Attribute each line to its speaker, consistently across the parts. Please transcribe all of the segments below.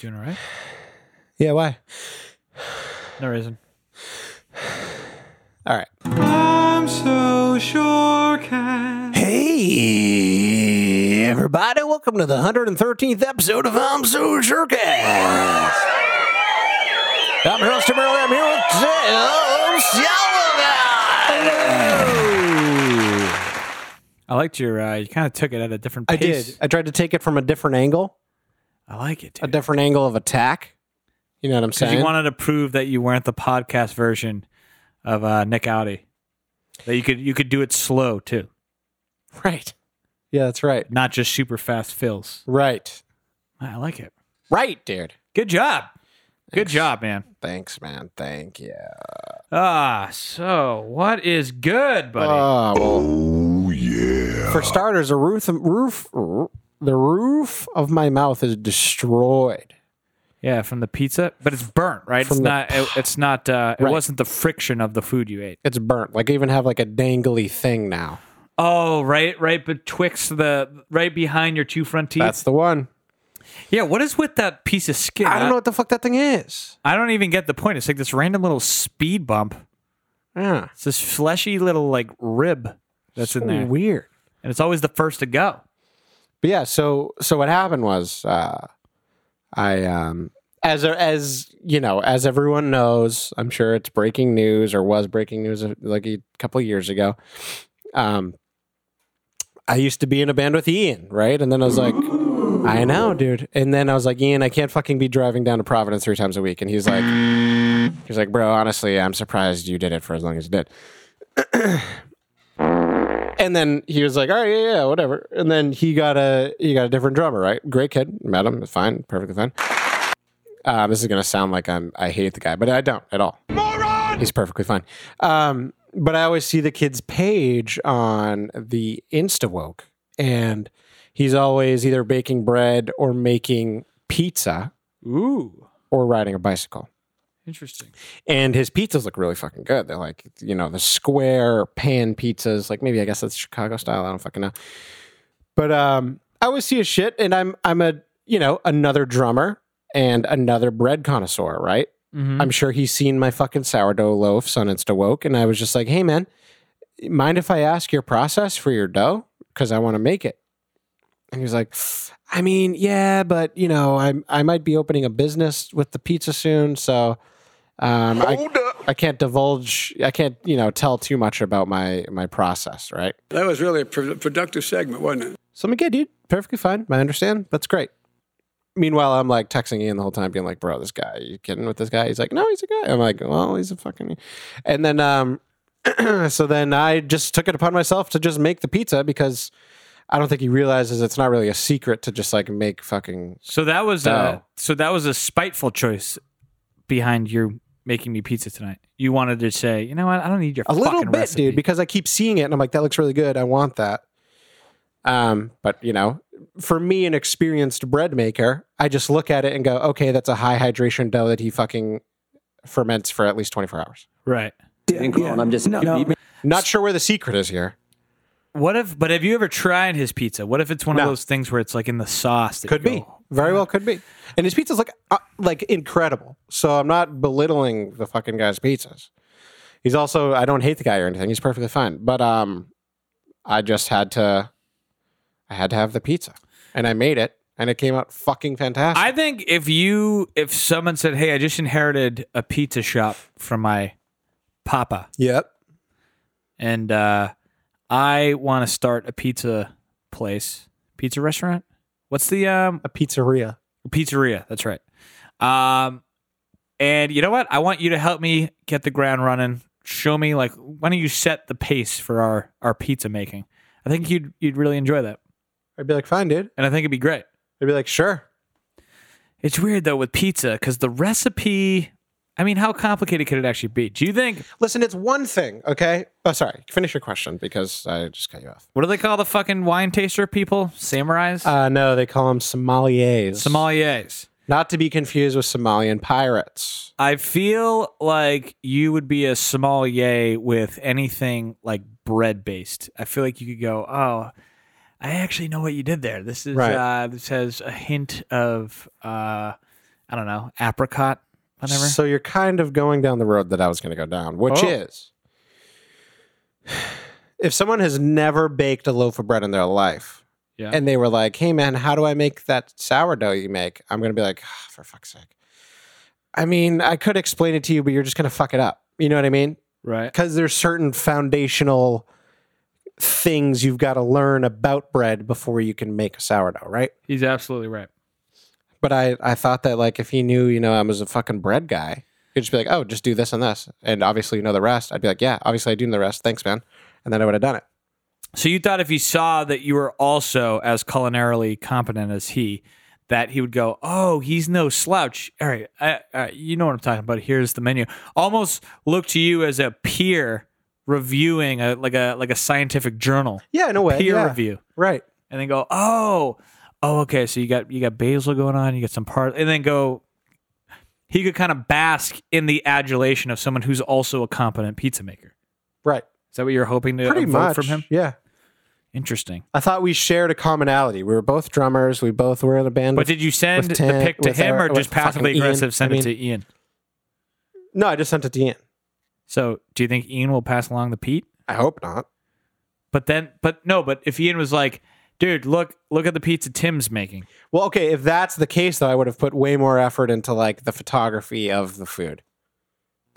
Speaker 1: Doing all right?
Speaker 2: Yeah, why?
Speaker 1: No reason.
Speaker 2: All right.
Speaker 1: I'm so sure can.
Speaker 2: Hey, everybody, welcome to the 113th episode of I'm So Surecast. I'm your host, Tim Early. I'm here with Tim Sullivan.
Speaker 1: I liked your. Uh, you kind of took it at a different
Speaker 2: I
Speaker 1: pace.
Speaker 2: did. I tried to take it from a different angle,
Speaker 1: I like it.
Speaker 2: a
Speaker 1: Dude.
Speaker 2: different angle of attack. You know what I'm
Speaker 1: Because
Speaker 2: saying?
Speaker 1: you wanted to prove that you weren't the podcast version of uh, Nick Audi. That you could you could do it slow too,
Speaker 2: right. Yeah, that's right.
Speaker 1: not just super fast fills.
Speaker 2: Right.
Speaker 1: I like it.
Speaker 2: Right, dude.
Speaker 1: Good job. Good job, man.
Speaker 2: Thanks, man. Thank you.
Speaker 1: Ah, so what is good, buddy?
Speaker 2: Oh, yeah. For starters, the roof, roof, the roof of my mouth is destroyed.
Speaker 1: yeah, from the pizza, but it's burnt, right? It's
Speaker 2: From the-
Speaker 1: not. It, it's not. Uh, It
Speaker 2: Right.
Speaker 1: wasn't the friction of the food you ate.
Speaker 2: It's burnt. Like I even have like a dangly thing now.
Speaker 1: Oh, right, right betwixt the right behind your two front teeth.
Speaker 2: That's the one.
Speaker 1: yeah, what is with that piece of skin?
Speaker 2: I don't know what the fuck that thing is.
Speaker 1: I don't even get the point. It's like this random little speed bump.
Speaker 2: Yeah.
Speaker 1: It's this fleshy little like rib that's in there,
Speaker 2: Weird.
Speaker 1: and it's always the first to go.
Speaker 2: But yeah, so so what happened was uh I um as as you know, as everyone knows, I'm sure it's breaking news or was breaking news uh, like a couple years ago. Um I used to be in a band with Ian, right? And then I was like, I know, dude. And then I was like, Ian, I can't fucking be driving down to Providence three times a week. And he's like, he's like, bro, honestly, I'm surprised you did it for as long as you did. and then he was like, "All right, yeah, yeah, whatever." And then he got a he got a different drummer, right? Great kid, met him, fine, perfectly fine. Uh, this is gonna sound like I'm I hate the guy, but I don't at all. He's perfectly fine. Um, but I always see the kid's page on the InstaWoke, and he's always either baking bread or making pizza
Speaker 1: Ooh,
Speaker 2: or riding a bicycle
Speaker 1: interesting.
Speaker 2: and his pizzas look really fucking good. They're like, you know, the square pan pizzas. Like maybe I guess that's Chicago style. I don't fucking know. But um, I always see his shit, and I'm I'm a you know another drummer and another bread connoisseur, right?
Speaker 1: Mhm.
Speaker 2: I'm sure he's seen my fucking sourdough loaves on InstaWoke, and I was just like, hey man, mind if I ask your process for your dough because I want to make it? And he was like, I mean, yeah, but you know, I I might be opening a business with the pizza soon, so. Um, I, I can't divulge. I can't, you know, tell too much about my my process, right?
Speaker 3: That was really a pro- productive segment, wasn't it?
Speaker 2: So I'm like, yeah, dude, perfectly fine. I understand. That's great. Meanwhile, I'm like texting Ian the whole time, being like, bro, this guy, you kidding with this guy? He's like, no, he's a guy. I'm like, well, he's a fucking. And then, um, so then I just took it upon myself to just make the pizza because I don't think he realizes it's not really a secret to just like make fucking.
Speaker 1: So that was a,
Speaker 2: No.
Speaker 1: so that was a spiteful choice behind your making me pizza tonight. You wanted to say, you know what? I don't need your
Speaker 2: A little
Speaker 1: fucking
Speaker 2: bit,
Speaker 1: recipe.
Speaker 2: dude, because I keep seeing it and I'm like, that looks really good. I want that. Um, but you know, for me, an experienced bread maker, I just look at it and go, okay, that's a high hydration dough that he fucking ferments for at least 24 hours.
Speaker 1: right?
Speaker 4: I'm just no,
Speaker 2: Not sure where the secret is here.
Speaker 1: What if? But have you ever tried his pizza? What if it's one of
Speaker 2: No.
Speaker 1: those things where it's like in the sauce? That
Speaker 2: Could
Speaker 1: you
Speaker 2: be.
Speaker 1: go-
Speaker 2: Very well could be. And his pizza's like uh, like incredible. So I'm not belittling the fucking guy's pizzas. He's also I don't hate the guy or anything. He's perfectly fine. But um I just had to I had to have the pizza. And I made it and it came out fucking fantastic.
Speaker 1: I think if you if someone said, "Hey, I just inherited a pizza shop from my papa,
Speaker 2: yep.
Speaker 1: and uh, I want to start a pizza place, pizza restaurant. What's the um
Speaker 2: A pizzeria.
Speaker 1: pizzeria? That's right. Um, and you know what? I want you to help me get the ground running. Show me like why don't you set the pace for our our pizza making? I think you'd you'd really enjoy that,
Speaker 2: I'd be like, "Fine, dude."
Speaker 1: and I think it'd be great.
Speaker 2: I'd be like, "Sure."
Speaker 1: It's weird though with pizza because the recipe. I mean, how complicated could it actually be? Do you think
Speaker 2: Listen, it's one thing, okay? Oh, sorry. Finish your question because I just cut you off.
Speaker 1: what do they call the fucking wine taster people? Samurais,
Speaker 2: Uh no, they call them sommeliers.
Speaker 1: sommeliers.
Speaker 2: Not to be confused with Somalian pirates.
Speaker 1: I feel like you would be a sommelier with anything like bread based. I feel like you could go, oh, I actually know what you did there. uh, This is
Speaker 2: Right.
Speaker 1: uh, this has a hint of uh, I don't know, apricot, whatever.
Speaker 2: So you're kind of going down the road that I was going to go down, which
Speaker 1: Oh.
Speaker 2: is if someone has never baked a loaf of bread in their life
Speaker 1: Yeah.
Speaker 2: and they were like, hey, man, how do I make that sourdough you make? I'm going to be like, "Ah, for fuck's sake. I mean, I could explain it to you, but you're just going to fuck it up. You know what I mean?
Speaker 1: right.
Speaker 2: Because there's certain foundational things you've got to learn about bread before you can make a sourdough, right?
Speaker 1: He's absolutely right.
Speaker 2: But I, I thought that like if he knew, you know, I was a fucking bread guy, he'd just be like, oh, just do this and this, and obviously you know the rest. I'd be like, yeah, obviously I do know the rest. Thanks, man. And then I would have done it.
Speaker 1: So you thought if he saw that you were also as culinarily competent as he, that he would go, "Oh, he's no slouch." All right, I, I, you know what I'm talking about. Here's the menu. Almost look to you as a peer reviewing a like a like a scientific journal
Speaker 2: Yeah, in a way.
Speaker 1: peer
Speaker 2: yeah.
Speaker 1: review,
Speaker 2: Right.
Speaker 1: and then go, "Oh, oh, okay." So you got you got basil going on. You got some part, and then go. He could kind of bask in the adulation of someone who's also a competent pizza maker.
Speaker 2: Right.
Speaker 1: Is that what you're hoping to
Speaker 2: Pretty
Speaker 1: evoke
Speaker 2: much.
Speaker 1: from him?
Speaker 2: Yeah.
Speaker 1: Interesting.
Speaker 2: I thought we shared a commonality. We were both drummers. We both were in a band.
Speaker 1: But
Speaker 2: with-
Speaker 1: did you send
Speaker 2: with Tan-
Speaker 1: the pic to
Speaker 2: with
Speaker 1: him
Speaker 2: our-
Speaker 1: or
Speaker 2: with
Speaker 1: just passively
Speaker 2: fucking Ian.
Speaker 1: aggressive send
Speaker 2: I
Speaker 1: it to Ian?
Speaker 2: no, I just sent it to Ian.
Speaker 1: So do you think Ian will pass along the Pete?
Speaker 2: I hope not.
Speaker 1: But then, but no, but if Ian was like, dude, look, look at the pizza Tim's making.
Speaker 2: Well, okay, if that's the case, though, I would have put way more effort into like the photography of the food.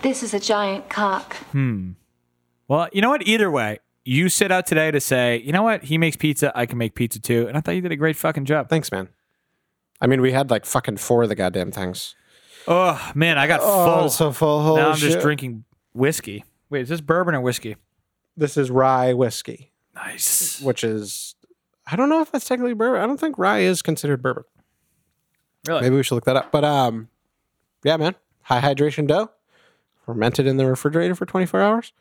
Speaker 4: This is a giant cock.
Speaker 1: Hmm. Well, you know what? Either way, you set out today to say, you know what? He makes pizza. I can make pizza too. And I thought you did a great fucking job.
Speaker 2: Thanks, man. I mean, we had like fucking four of the goddamn things.
Speaker 1: Oh, man, I got full.
Speaker 2: full.
Speaker 1: now I'm just drinking whiskey. Wait, is this bourbon or whiskey?
Speaker 2: This is rye whiskey,
Speaker 1: Nice.
Speaker 2: which is I don't know if that's technically bourbon. I don't think rye is considered bourbon.
Speaker 1: Really?
Speaker 2: Maybe we should look that up. But um, yeah, man, high hydration dough, fermented in the refrigerator for 24 hours.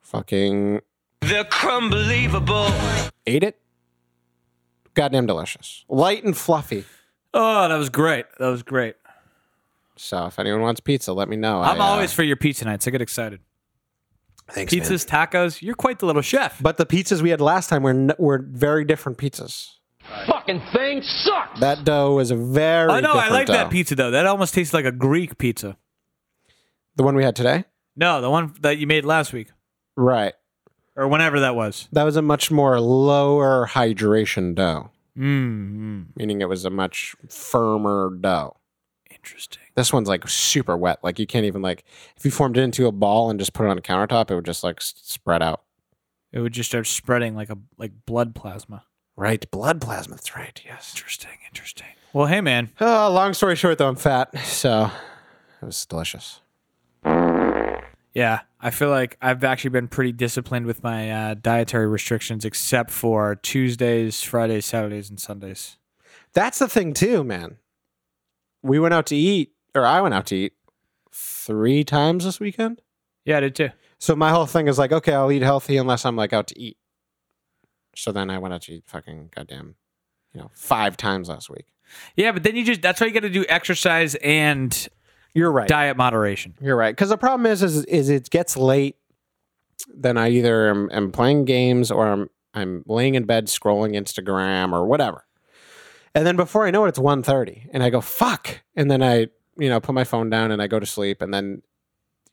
Speaker 2: Fucking
Speaker 5: They're crumbelievable.
Speaker 2: ate it. Goddamn delicious, light and fluffy.
Speaker 1: Oh, that was great. That was great.
Speaker 2: So if anyone wants pizza, let me know.
Speaker 1: I'm
Speaker 2: I, uh,
Speaker 1: always for your pizza nights. I get excited.
Speaker 2: thanks, man.
Speaker 1: Pizzas, tacos. You're quite the little chef.
Speaker 2: But the pizzas we had last time were n- were very different pizzas.
Speaker 5: Fucking thing sucks.
Speaker 2: That dough was a very.
Speaker 1: Oh no, I
Speaker 2: different
Speaker 1: like that
Speaker 2: dough.
Speaker 1: pizza though. That almost tastes like a Greek pizza.
Speaker 2: The one we had today,
Speaker 1: No, the one that you made last week
Speaker 2: right?
Speaker 1: or whenever that was.
Speaker 2: That was a much more lower hydration dough,
Speaker 1: Mm,
Speaker 2: meaning it was a much firmer dough.
Speaker 1: interesting.
Speaker 2: This one's like super wet. Like you can't even like if you formed it into a ball and just put it on a countertop, it would just like s- spread out.
Speaker 1: It would just start spreading like a like blood plasma.
Speaker 2: Right, blood plasma. That's right. Yes.
Speaker 1: Interesting, interesting. Well, hey man,
Speaker 2: Oh, long story short, though, I'm fat, so it was delicious.
Speaker 1: yeah, I feel like I've actually been pretty disciplined with my uh, dietary restrictions, except for Tuesdays, Fridays, Saturdays, and Sundays.
Speaker 2: That's the thing too, man. We went out to eat, or I went out to eat three times this weekend.
Speaker 1: Yeah, I did too.
Speaker 2: So my whole thing is like, okay, I'll eat healthy unless I'm like out to eat. So then I went out to eat fucking goddamn, you know, five times last week.
Speaker 1: Yeah, but then you just—that's why you got to do exercise and
Speaker 2: You're right.
Speaker 1: diet moderation.
Speaker 2: You're right. Because the problem is, is, is it gets late. Then I either am, am playing games or I'm I'm laying in bed scrolling Instagram or whatever. And then before I know it, it's 1.30. and I go fuck. And then I you know put my phone down and I go to sleep. And then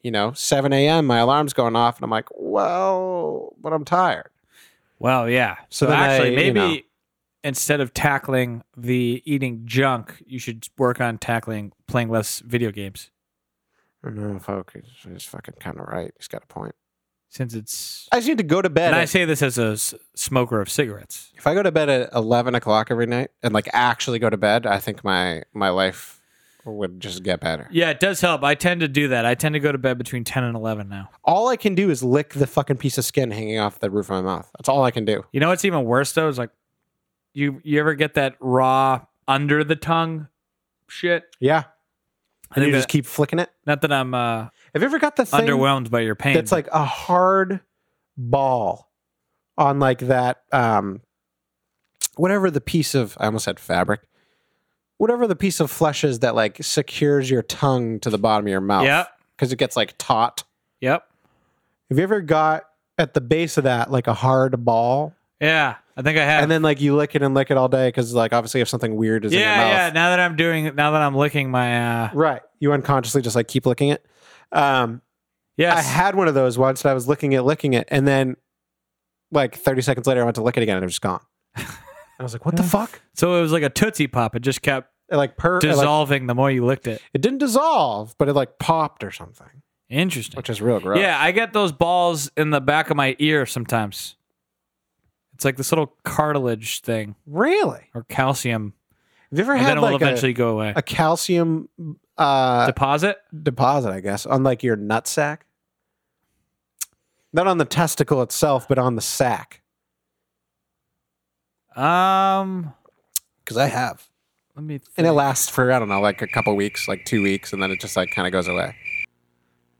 Speaker 2: you know seven a.m. my alarm's going off and I'm like, well, but I'm tired.
Speaker 1: Well, yeah. So,
Speaker 2: So then
Speaker 1: actually,
Speaker 2: I, you
Speaker 1: maybe
Speaker 2: know-
Speaker 1: instead of tackling the eating junk, you should work on tackling playing less video games
Speaker 2: I don't know, fuck. he's- He's fucking kind of right. He's got a point.
Speaker 1: since it's.
Speaker 2: I just need to go to bed.
Speaker 1: And I
Speaker 2: at-
Speaker 1: say this as a s- smoker of cigarettes.
Speaker 2: if I go to bed at eleven o'clock every night and like actually go to bed, I think my my life would just get better.
Speaker 1: Yeah, it does help. I tend to do that. I tend to go to bed between 10 and 11 now.
Speaker 2: All I can do is lick the fucking piece of skin hanging off the roof of my mouth. That's all I can do.
Speaker 1: You know what's even worse though is like you you ever get that raw under the tongue shit?
Speaker 2: Yeah, and
Speaker 1: think
Speaker 2: you just
Speaker 1: that-
Speaker 2: keep flicking it.
Speaker 1: Not that I'm uh,
Speaker 2: Have you ever got the thing
Speaker 1: underwhelmed by your pain.
Speaker 2: that's like a hard ball on like that um whatever the piece of I almost said fabric, whatever the piece of flesh is that like secures your tongue to the bottom of your mouth.
Speaker 1: Yep.
Speaker 2: because it gets like taut.
Speaker 1: Yep.
Speaker 2: Have you ever got at the base of that like a hard ball?
Speaker 1: Yeah, I think I have.
Speaker 2: And then like you lick it and lick it all day because like obviously if something weird is in your
Speaker 1: yeah,
Speaker 2: mouth,
Speaker 1: yeah. Now that I'm doing, now that I'm licking my, uh,
Speaker 2: right? You unconsciously just like keep licking it. Um,
Speaker 1: yes,
Speaker 2: I had one of those once and I was licking it, licking it, and then like 30 seconds later I went to lick it again and it was gone. And I was like, what the fuck?
Speaker 1: so it was like a tootsie pop. It just kept
Speaker 2: It like per it, like-
Speaker 1: dissolving the more you licked it.
Speaker 2: it didn't dissolve, but it like popped or something,
Speaker 1: Interesting.
Speaker 2: which is real gross.
Speaker 1: Yeah, I get those balls in the back of my ear sometimes. It's like this little cartilage thing
Speaker 2: Really?
Speaker 1: or calcium,
Speaker 2: Have you ever
Speaker 1: and
Speaker 2: had
Speaker 1: then it will
Speaker 2: like
Speaker 1: eventually
Speaker 2: a,
Speaker 1: go away.
Speaker 2: a calcium uh,
Speaker 1: Deposit?
Speaker 2: deposit, I guess, on like your nut sack? Not on the testicle itself, but on the sack.
Speaker 1: Um,
Speaker 2: Because I have.
Speaker 1: let me.
Speaker 2: And it
Speaker 1: think.
Speaker 2: lasts for, I don't know, like a couple weeks, like two weeks, and then it just like kind of goes away.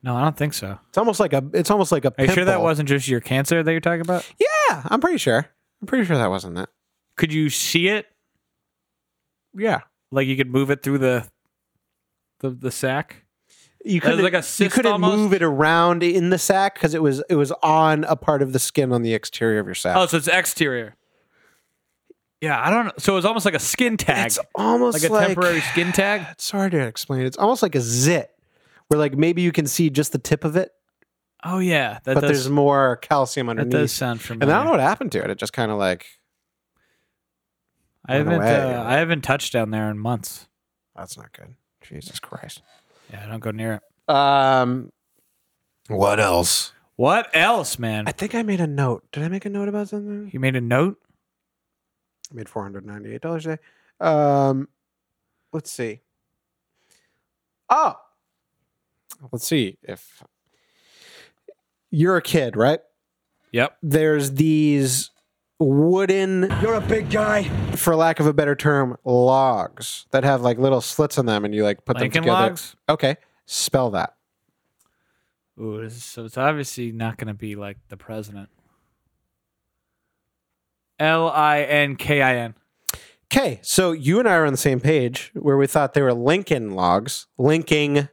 Speaker 1: No, I don't think so.
Speaker 2: It's almost like a it's almost like a
Speaker 1: Are you sure that
Speaker 2: pimple.
Speaker 1: wasn't just your cancer that you're talking about?
Speaker 2: Yeah, I'm pretty sure. I'm pretty sure that wasn't that.
Speaker 1: Could you see it?
Speaker 2: Yeah.
Speaker 1: Like you could move it through the the the sack?
Speaker 2: You
Speaker 1: That was
Speaker 2: couldn't,
Speaker 1: like a
Speaker 2: you
Speaker 1: cyst
Speaker 2: couldn't
Speaker 1: almost?
Speaker 2: move it around in the sack because it was it was on a part of the skin on the exterior of your sack.
Speaker 1: Oh, so it's exterior. Yeah, I don't know. So it was almost like a skin tag.
Speaker 2: it's almost
Speaker 1: like
Speaker 2: like,
Speaker 1: a temporary skin tag?
Speaker 2: It's hard to explain. It's almost like a zit, where like maybe you can see just the tip of it,
Speaker 1: Oh yeah, that
Speaker 2: but
Speaker 1: does
Speaker 2: there's more calcium
Speaker 1: that
Speaker 2: underneath.
Speaker 1: does sound
Speaker 2: and
Speaker 1: familiar.
Speaker 2: I don't know what happened to it. It just kind of like
Speaker 1: I
Speaker 2: went
Speaker 1: haven't
Speaker 2: away.
Speaker 1: uh, I haven't touched down there in months.
Speaker 2: that's not good. Jesus Christ.
Speaker 1: Yeah, I don't go near it.
Speaker 2: Um, what else?
Speaker 1: What else, man?
Speaker 2: I think I made a note. Did I make a note about something?
Speaker 1: you made a note?
Speaker 2: made four hundred ninety eight dollars today. Um, let's see. Oh, let's see if you're a kid, right?
Speaker 1: Yep.
Speaker 2: There's these wooden,
Speaker 3: You're a big guy.
Speaker 2: for lack of a better term, logs that have like little slits in them, and you like put
Speaker 1: Lincoln
Speaker 2: them together.
Speaker 1: logs?
Speaker 2: Okay, spell that.
Speaker 1: Ooh, this is- so it's obviously not going to be like the president. L I N K I N.
Speaker 2: Okay, so you and I are on the same page where we thought they were Lincoln logs, linking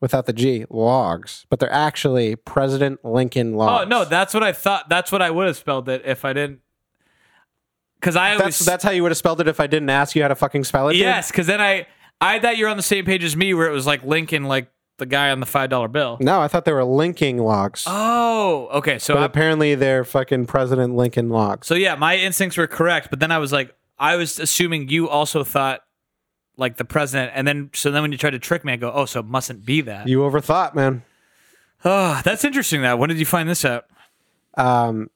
Speaker 2: without the G logs, but they're actually President Lincoln
Speaker 1: Oh
Speaker 2: logs.
Speaker 1: no, that's what I thought. That's what I would have spelled it if I didn't. Because I always
Speaker 2: that's that's how you would have spelled it if I didn't ask you how to fucking spell it. dude?
Speaker 1: yes. Because then I I thought you're on the same page as me, where it was like Lincoln, like the guy on the five dollar bill.
Speaker 2: No, I thought they were linking logs,
Speaker 1: Oh, okay. So
Speaker 2: but
Speaker 1: I,
Speaker 2: apparently they're fucking President Lincoln logs.
Speaker 1: so yeah, my instincts were correct, but then I was like, I was assuming you also thought like the president, and then so then when you tried to trick me, I go, oh, so it mustn't be that.
Speaker 2: You overthought, man.
Speaker 1: Oh, that's interesting. That when did you find this out?
Speaker 2: Um,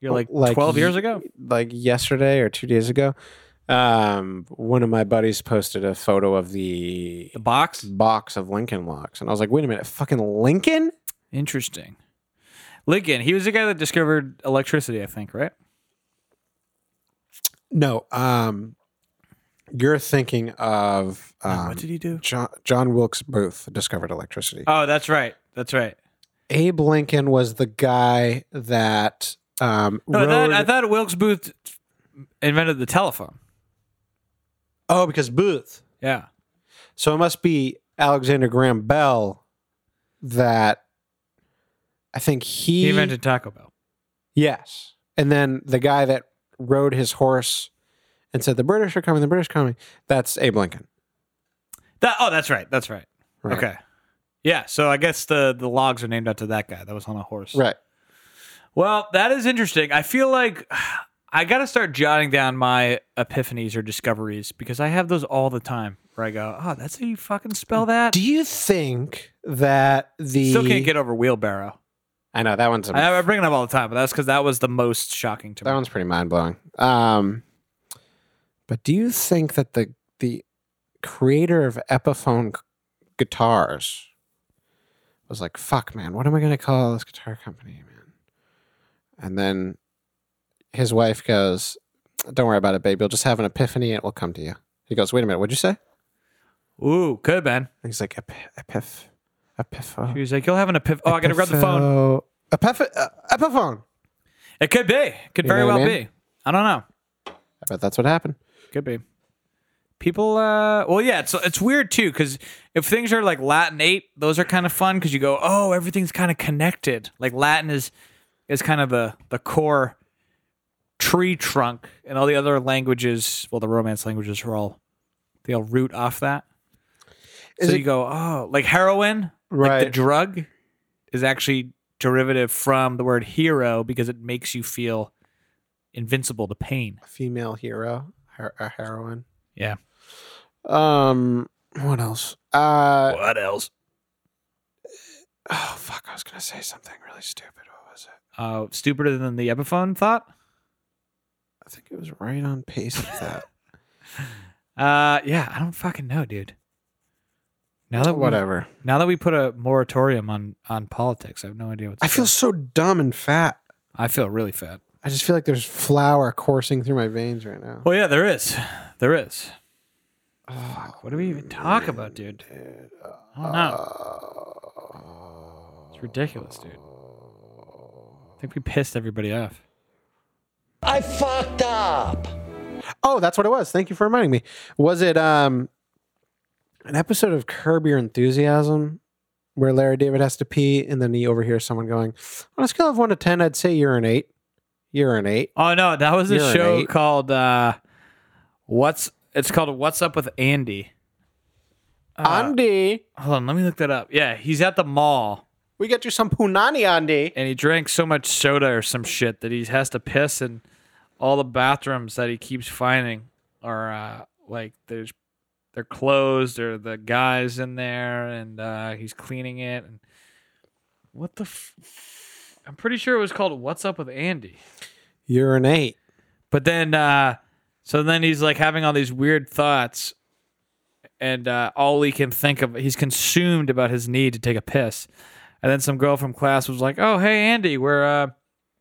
Speaker 1: You're like,
Speaker 2: Like
Speaker 1: twelve
Speaker 2: ye-
Speaker 1: years ago.
Speaker 2: like yesterday or two days ago, um, one of my buddies posted a photo of the
Speaker 1: The box.
Speaker 2: box of Lincoln logs, and I was like, wait a minute, fucking Lincoln?
Speaker 1: Interesting. Lincoln. He was the guy that discovered electricity, I think. Right.
Speaker 2: No, um, you're thinking of um,
Speaker 1: what did he do?
Speaker 2: John, John Wilkes Booth discovered electricity.
Speaker 1: Oh, that's right. That's right.
Speaker 2: Abe Lincoln was the guy that um
Speaker 1: No, I,
Speaker 2: rode-
Speaker 1: thought, I thought Wilkes Booth invented the telephone.
Speaker 2: oh because Booth.
Speaker 1: Yeah.
Speaker 2: So it must be Alexander Graham Bell that I think he,
Speaker 1: He invented Taco Bell.
Speaker 2: Yes. And then the guy that rode his horse and said the British are coming, the British are coming. That's Abe Lincoln.
Speaker 1: That, oh, that's right. That's right.
Speaker 2: Right.
Speaker 1: Okay. Yeah. So I guess the the logs are named after that guy that was on a horse.
Speaker 2: Right.
Speaker 1: Well, that is interesting. I feel like I got to start jotting down my epiphanies or discoveries because I have those all the time. Where I go, oh, that's how you fucking spell that.
Speaker 2: Do you think that the
Speaker 1: Still can't get over wheelbarrow.
Speaker 2: I know that one's a-
Speaker 1: I, I bring it up all the time, but that's because that was the most shocking to me.
Speaker 2: That one's pretty mind blowing. Um, but do you think that the the creator of Epiphone g- guitars was like, "Fuck, man, what am I gonna call this guitar company, man?" And then his wife goes, "Don't worry about it, babe. You'll just have an epiphany. and It will come to you." He goes, "Wait a minute. What'd you say?" And
Speaker 1: Ooh, could have been.
Speaker 2: he's like, "Epiph, epiph, epipho."
Speaker 1: He was like, "You'll have an epiph." Oh, I gotta grab the phone.
Speaker 2: Epiph, uh, epiphone.
Speaker 1: It could be. Could
Speaker 2: You know
Speaker 1: very
Speaker 2: what I
Speaker 1: well
Speaker 2: mean?
Speaker 1: be. I don't know.
Speaker 2: I bet that's what happened.
Speaker 1: Could be. People, uh, well, yeah, it's it's weird too because if things are like Latin eight, those are kind of fun because you go, oh, everything's kind of connected. Like Latin is is kind of the the core tree trunk and all the other languages. Well, the Romance languages are all they all root off that.
Speaker 2: Is
Speaker 1: so
Speaker 2: it-
Speaker 1: you go, oh, like heroin, like the
Speaker 2: Right.
Speaker 1: drug, is actually derivative from the word hero because it makes you feel invincible to pain.
Speaker 2: female hero, her- a heroine.
Speaker 1: Yeah.
Speaker 2: Um, what else? Uh,
Speaker 1: What else?
Speaker 2: oh fuck, I was gonna say something really stupid. What was it?
Speaker 1: Uh, stupider than the Epiphone thought.
Speaker 2: I think it was right on pace with that.
Speaker 1: Uh, yeah, I don't fucking know, dude. Now that we-
Speaker 2: Whatever.
Speaker 1: now that we put a moratorium on on politics, I have no idea what's.
Speaker 2: I feel so dumb and fat.
Speaker 1: I feel really fat.
Speaker 2: I just feel like there's flour coursing through my veins right now.
Speaker 1: Well, yeah, there is, there is.
Speaker 2: Oh,
Speaker 1: What do we even talk about, dude? I don't know. It's ridiculous, dude. I think we pissed everybody off.
Speaker 5: I fucked up.
Speaker 2: Oh, that's what it was. Thank you for reminding me. Was it um an episode of Curb Your Enthusiasm where Larry David has to pee and then he overhears someone going, On a scale of one to ten, I'd say you're an eight. You're an eight.
Speaker 1: Oh no, that was a
Speaker 2: You're an
Speaker 1: show
Speaker 2: eight.
Speaker 1: called uh, "What's." It's called "What's Up with Andy."
Speaker 2: Uh, Andy.
Speaker 1: Hold on, let me look that up. Yeah, he's at the mall.
Speaker 2: We get you some punani Andy.
Speaker 1: and he drank so much soda or some shit that he has to piss in all the bathrooms that he keeps finding are uh, like there's they're closed or the guys in there and uh, he's cleaning it and what the f- I'm pretty sure it was called what's up with Andy
Speaker 2: You're an eight.
Speaker 1: but then uh, so then he's like having all these weird thoughts and uh, all he can think of he's consumed about his need to take a piss and then some girl from class was like oh hey andy we're uh,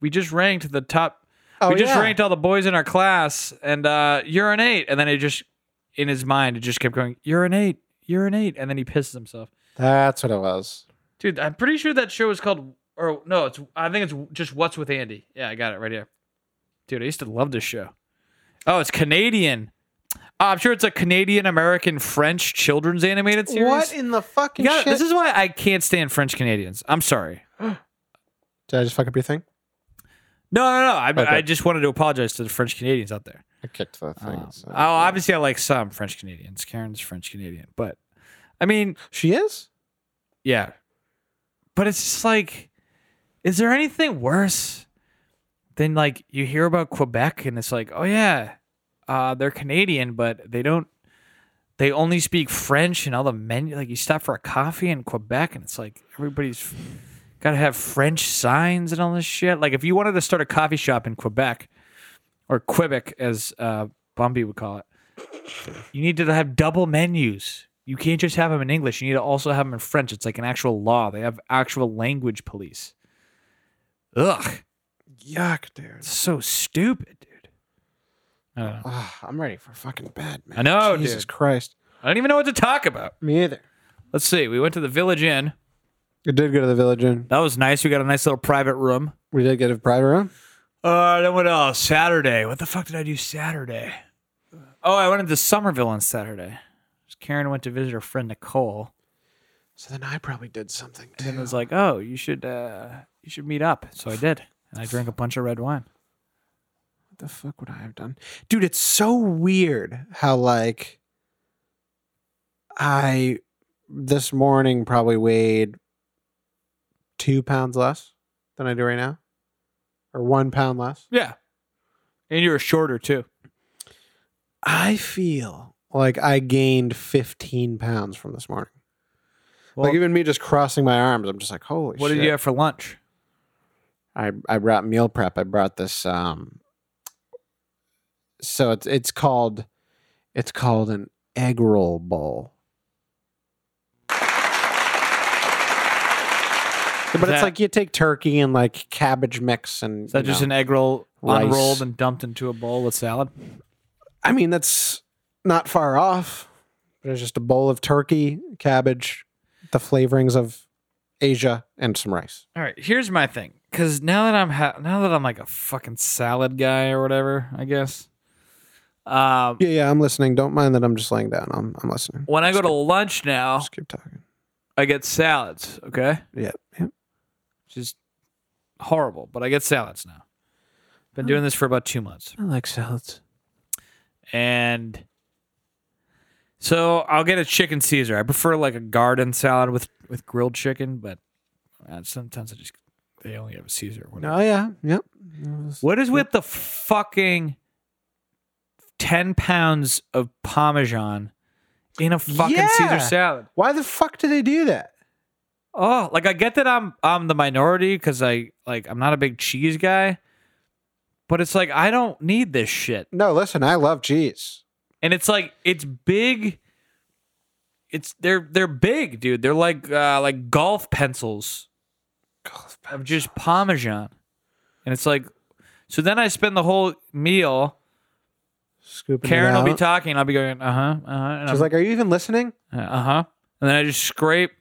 Speaker 1: we just ranked the top
Speaker 2: Oh,
Speaker 1: we just
Speaker 2: yeah.
Speaker 1: ranked all the boys in our class and uh, you're an eight and then he just in his mind it just kept going you're an eight you're an eight and then he pisses himself
Speaker 2: That's what it was.
Speaker 1: dude i'm pretty sure that show is called or no it's i think it's just what's with andy yeah i got it right here dude i used to love this show oh it's canadian Oh, i'm sure it's a canadian american french children's animated series
Speaker 2: What in the fucking
Speaker 1: yeah
Speaker 2: shit?
Speaker 1: this is why i can't stand french canadians i'm sorry
Speaker 2: Did I just fuck up your thing?
Speaker 1: no no no i, I
Speaker 2: Okay.
Speaker 1: just wanted to apologize to the french canadians out there
Speaker 2: I kicked the thing.
Speaker 1: Um,
Speaker 2: so-
Speaker 1: oh obviously i like some french canadians karen's french canadian but i mean
Speaker 2: She is?
Speaker 1: Yeah. But it's just like, is there anything worse than like you hear about Quebec and it's like, oh yeah, uh, they're Canadian, but they don't, they only speak French and all the menu. Like you stop for a coffee in Quebec and it's like everybody's got to have French signs and all this shit. Like if you wanted to start a coffee shop in Quebec or Quebec as uh, Bumby would call it, you need to have double menus. You can't just have them in English. You need to also have them in French. It's like an actual law. They have actual language police. Ugh,
Speaker 2: Yuck, dude.
Speaker 1: it's so stupid, dude. I don't know.
Speaker 2: Ah, I'm ready for fucking bed, man.
Speaker 1: I know,
Speaker 2: Jesus
Speaker 1: dude.
Speaker 2: Christ.
Speaker 1: I don't even know what to talk about.
Speaker 2: Me either.
Speaker 1: Let's see. We went to the Village Inn.
Speaker 2: We did go to the village inn.
Speaker 1: That was nice. We got a nice little private room.
Speaker 2: We did get a private room.
Speaker 1: Uh, then what else? Saturday. What the fuck did I do Saturday? Oh, I went into Somerville on Saturday. Karen went to visit her friend Nicole.
Speaker 2: So then I probably did something too.
Speaker 1: and was like, "Oh, you should uh, you should meet up." So I did, and I drank a bunch of red wine.
Speaker 2: what the fuck would I have done? Dude, it's so weird how like I this morning probably weighed two pounds less than I do right now. Or one pound less.
Speaker 1: Yeah, and you were shorter too.
Speaker 2: I feel like I gained fifteen pounds from this morning.
Speaker 1: Well,
Speaker 2: like even me just crossing my arms, I'm just like, holy
Speaker 1: what
Speaker 2: shit.
Speaker 1: did you have for lunch?
Speaker 2: I I brought meal prep. I brought this um so it's it's called it's called an egg roll bowl. But
Speaker 1: that-
Speaker 2: it's like you take turkey and like cabbage mix and
Speaker 1: Is that
Speaker 2: you
Speaker 1: just
Speaker 2: know.
Speaker 1: an egg roll
Speaker 2: rice.
Speaker 1: unrolled and dumped into a bowl with salad?
Speaker 2: I mean that's not far off. But it's just a bowl of turkey, cabbage, the flavorings of Asia and some rice.
Speaker 1: All right, here's my thing. Because now that I'm ha- now that I'm like a fucking salad guy or whatever, I guess. Um,
Speaker 2: Yeah, yeah, I'm listening. Don't mind that I'm just laying down. I'm I'm listening.
Speaker 1: when I go to lunch now,
Speaker 2: Just keep talking.
Speaker 1: I get salads. Okay,
Speaker 2: Yeah. yeah.
Speaker 1: which is horrible, but I get salads now. Been doing this for about two months.
Speaker 2: I like salads.
Speaker 1: And so I'll get a chicken Caesar. I prefer like a garden salad with, with grilled chicken, but uh, sometimes I just, they only have a Caesar. Whatever.
Speaker 2: Oh yeah, yep.
Speaker 1: What is with the fucking 10 pounds of Parmesan in a fucking
Speaker 2: Yeah.
Speaker 1: Caesar salad?
Speaker 2: Why the fuck do they do that?
Speaker 1: Oh, like I get that I'm I'm the minority because I like I'm not a big cheese guy, but it's like I don't need this shit.
Speaker 2: No, listen, I love cheese.
Speaker 1: And it's like it's big. It's they're they're big, dude. They're like uh, like golf pencils of just Parmesan, and it's like so. Then I spend the whole meal.
Speaker 2: Scooping
Speaker 1: Karen
Speaker 2: it
Speaker 1: will be
Speaker 2: out.
Speaker 1: talking. and I'll be going uh huh uh huh.
Speaker 2: She's like, "Are you even listening?"
Speaker 1: Uh huh. And then I just scrape,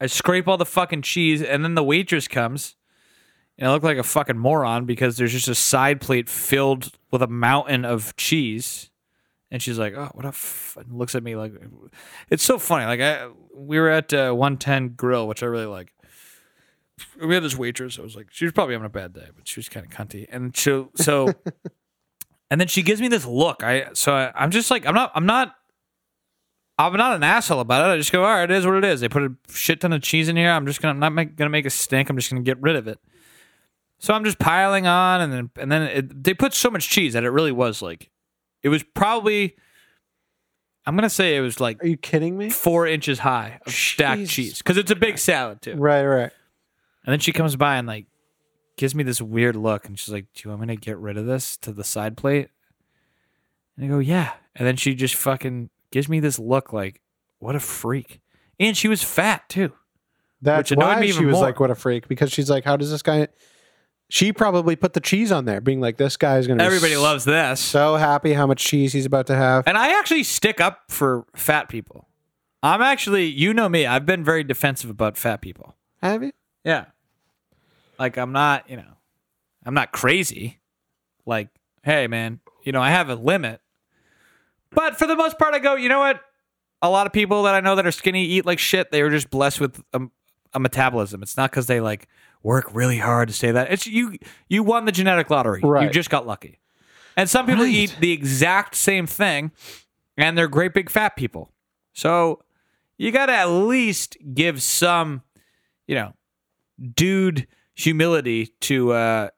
Speaker 1: I scrape all the fucking cheese, and then the waitress comes, and I look like a fucking moron because there's just a side plate filled with a mountain of cheese, and she's like, "Oh, what a," f-, and looks at me like, it's so funny. Like I, we were at uh, 110 Grill, which I really like. We had this waitress. I was like, she was probably having a bad day, but she was kind of cunty, and so so. And then she gives me this look. I so I, I'm just like I'm not I'm not I'm not an asshole about it. I just go, all right, it is what it is. They put a shit ton of cheese in here. I'm just gonna I'm not make, gonna make a stink. I'm just gonna get rid of it. So I'm just piling on, and then and then it, they put so much cheese that it really was like, it was probably, I'm gonna say it was like
Speaker 2: Are you kidding me?
Speaker 1: four inches high of stacked
Speaker 2: Jesus
Speaker 1: cheese because it's a big salad too.
Speaker 2: Right, right.
Speaker 1: And then she comes by and like gives me this weird look and she's like, Do you want me to get rid of this to the side plate? And I go, Yeah. And then she just fucking gives me this look like, what a freak. And she was fat too.
Speaker 2: That's
Speaker 1: Which annoyed
Speaker 2: why
Speaker 1: me
Speaker 2: she
Speaker 1: even
Speaker 2: was
Speaker 1: more.
Speaker 2: like, "What a freak!" Because she's like, "How does this guy?" She probably put the cheese on there, being like, "This guy is gonna."
Speaker 1: Everybody
Speaker 2: be
Speaker 1: loves this.
Speaker 2: So happy how much cheese he's about to have.
Speaker 1: And I actually stick up for fat people. I'm actually, you know me, I've been very defensive about fat people.
Speaker 2: Have you?
Speaker 1: Yeah. Like I'm not, you know, I'm not crazy. Like, hey man, you know, I have a limit. But for the most part I go, you know what? A lot of people that I know that are skinny eat like shit. They were just blessed with a, a metabolism. It's not cuz they like work really hard to say that. It's you you won the genetic lottery. You
Speaker 2: Right.
Speaker 1: just got lucky. And some people
Speaker 2: Right.
Speaker 1: eat the exact same thing and they're great big fat people. So you got to at least give some, you know, dude humility to uh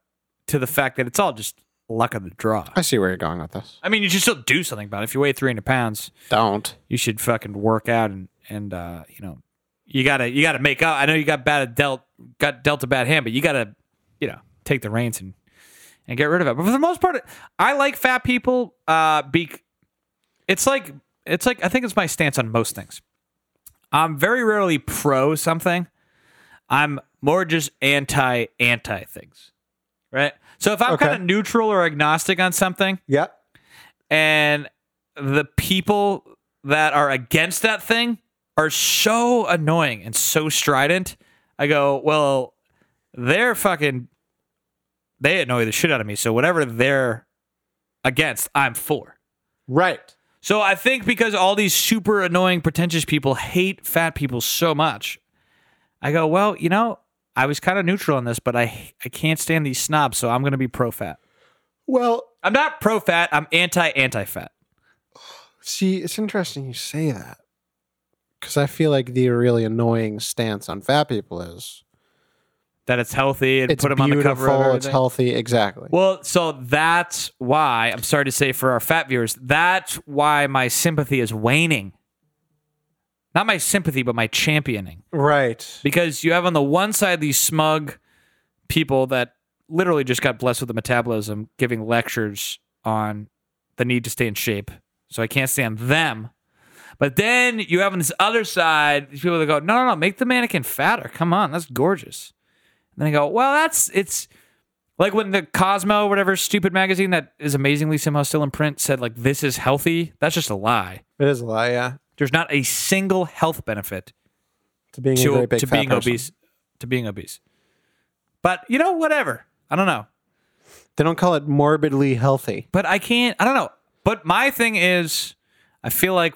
Speaker 1: to the fact that it's all just luck of the draw.
Speaker 2: I see where you're going with this.
Speaker 1: I mean, you should still do something about it. If you weigh 300 pounds,
Speaker 2: Don't.
Speaker 1: you should fucking work out and and uh, you know, you gotta you gotta make up. I know you got bad dealt got dealt a bad hand, but you gotta you know take the reins and and get rid of it. But for the most part, I like fat people. Uh, be it's like it's like I think it's my stance on most things. I'm very rarely pro something. I'm more just anti anti things, right? So if I'm
Speaker 2: Okay.
Speaker 1: kind of neutral or agnostic on something,
Speaker 2: Yep.
Speaker 1: and the people that are against that thing are so annoying and so strident. I go, well, they're fucking, they annoy the shit out of me. So whatever they're against, I'm for.
Speaker 2: Right.
Speaker 1: So I think because all these super annoying, pretentious people hate fat people so much, I go, well, you know, I was kind of neutral on this, but I I can't stand these snobs, so I'm going to be pro fat.
Speaker 2: Well,
Speaker 1: I'm not pro fat. I'm anti anti fat.
Speaker 2: see, it's interesting you say that because I feel like the really annoying stance on fat people is
Speaker 1: that it's healthy and
Speaker 2: it's
Speaker 1: put them on the
Speaker 2: beautiful,
Speaker 1: cover. Of
Speaker 2: it's
Speaker 1: everything.
Speaker 2: healthy, exactly.
Speaker 1: Well, so that's why I'm sorry to say for our fat viewers, that's why my sympathy is waning. Not my sympathy, but my championing,
Speaker 2: right.
Speaker 1: because you have on the one side these smug people that literally just got blessed with the metabolism, giving lectures on the need to stay in shape. So I can't stand them. But then you have on this other side these people that go, no, no, no, make the mannequin fatter. Come on, that's gorgeous. And then I go, well, that's it's like when the Cosmo, whatever stupid magazine that is amazingly somehow still in print, said like this is healthy. That's just a lie.
Speaker 2: It is a lie, yeah.
Speaker 1: There's not a single health benefit
Speaker 2: To being a
Speaker 1: to,
Speaker 2: great big
Speaker 1: to
Speaker 2: fat
Speaker 1: being
Speaker 2: person.
Speaker 1: obese. To being obese. But you know, whatever. I don't know.
Speaker 2: They don't call it morbidly healthy.
Speaker 1: But I can't. I don't know. But my thing is, I feel like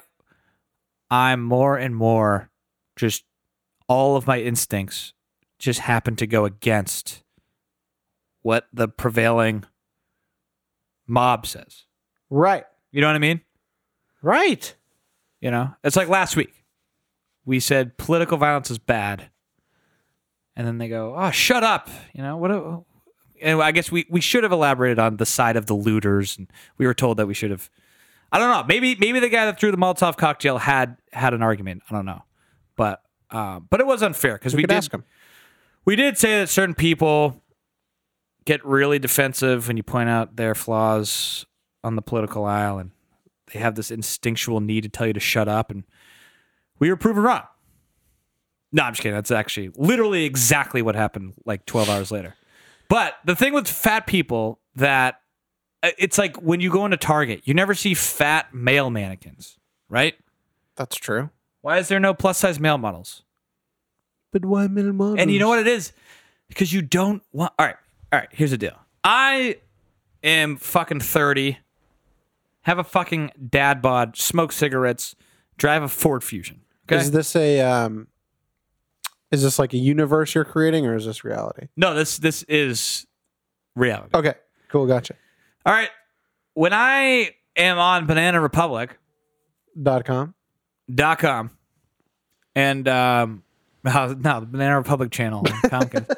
Speaker 1: I'm more and more just all of my instincts just happen to go against what the prevailing mob says.
Speaker 2: Right.
Speaker 1: You know what I mean?
Speaker 2: Right.
Speaker 1: You know, it's like last week. We said political violence is bad, and then they go, "Oh, shut up!" You know what? a- And I guess we we should have elaborated on the side of the looters, and we were told that we should have. I don't know. Maybe maybe the guy that threw the Molotov cocktail had had an argument. I don't know, but um, but it was unfair because we
Speaker 2: could
Speaker 1: did
Speaker 2: ask him.
Speaker 1: we did say that certain people get really defensive when you point out their flaws on the political aisle and they have this instinctual need to tell you to shut up and we were proven wrong no i'm just kidding that's actually literally exactly what happened like 12 hours later but the thing with fat people that uh, it's like when you go into target you never see fat male mannequins right
Speaker 2: That's true.
Speaker 1: why is there no plus size male models
Speaker 2: But why middle models?
Speaker 1: and you know what it is? Because you don't want. All right. All right. Here's the deal. I am fucking 30, have a fucking dad bod, smoke cigarettes, drive a Ford Fusion. Okay.
Speaker 2: Is this a um? Is this like a universe you're creating, or is this reality?
Speaker 1: no, this this is reality.
Speaker 2: Okay. Cool. Gotcha.
Speaker 1: All right. When I am on Banana Republic,
Speaker 2: Dot com.
Speaker 1: dot com and um no no, the banana republic channel on Comcast.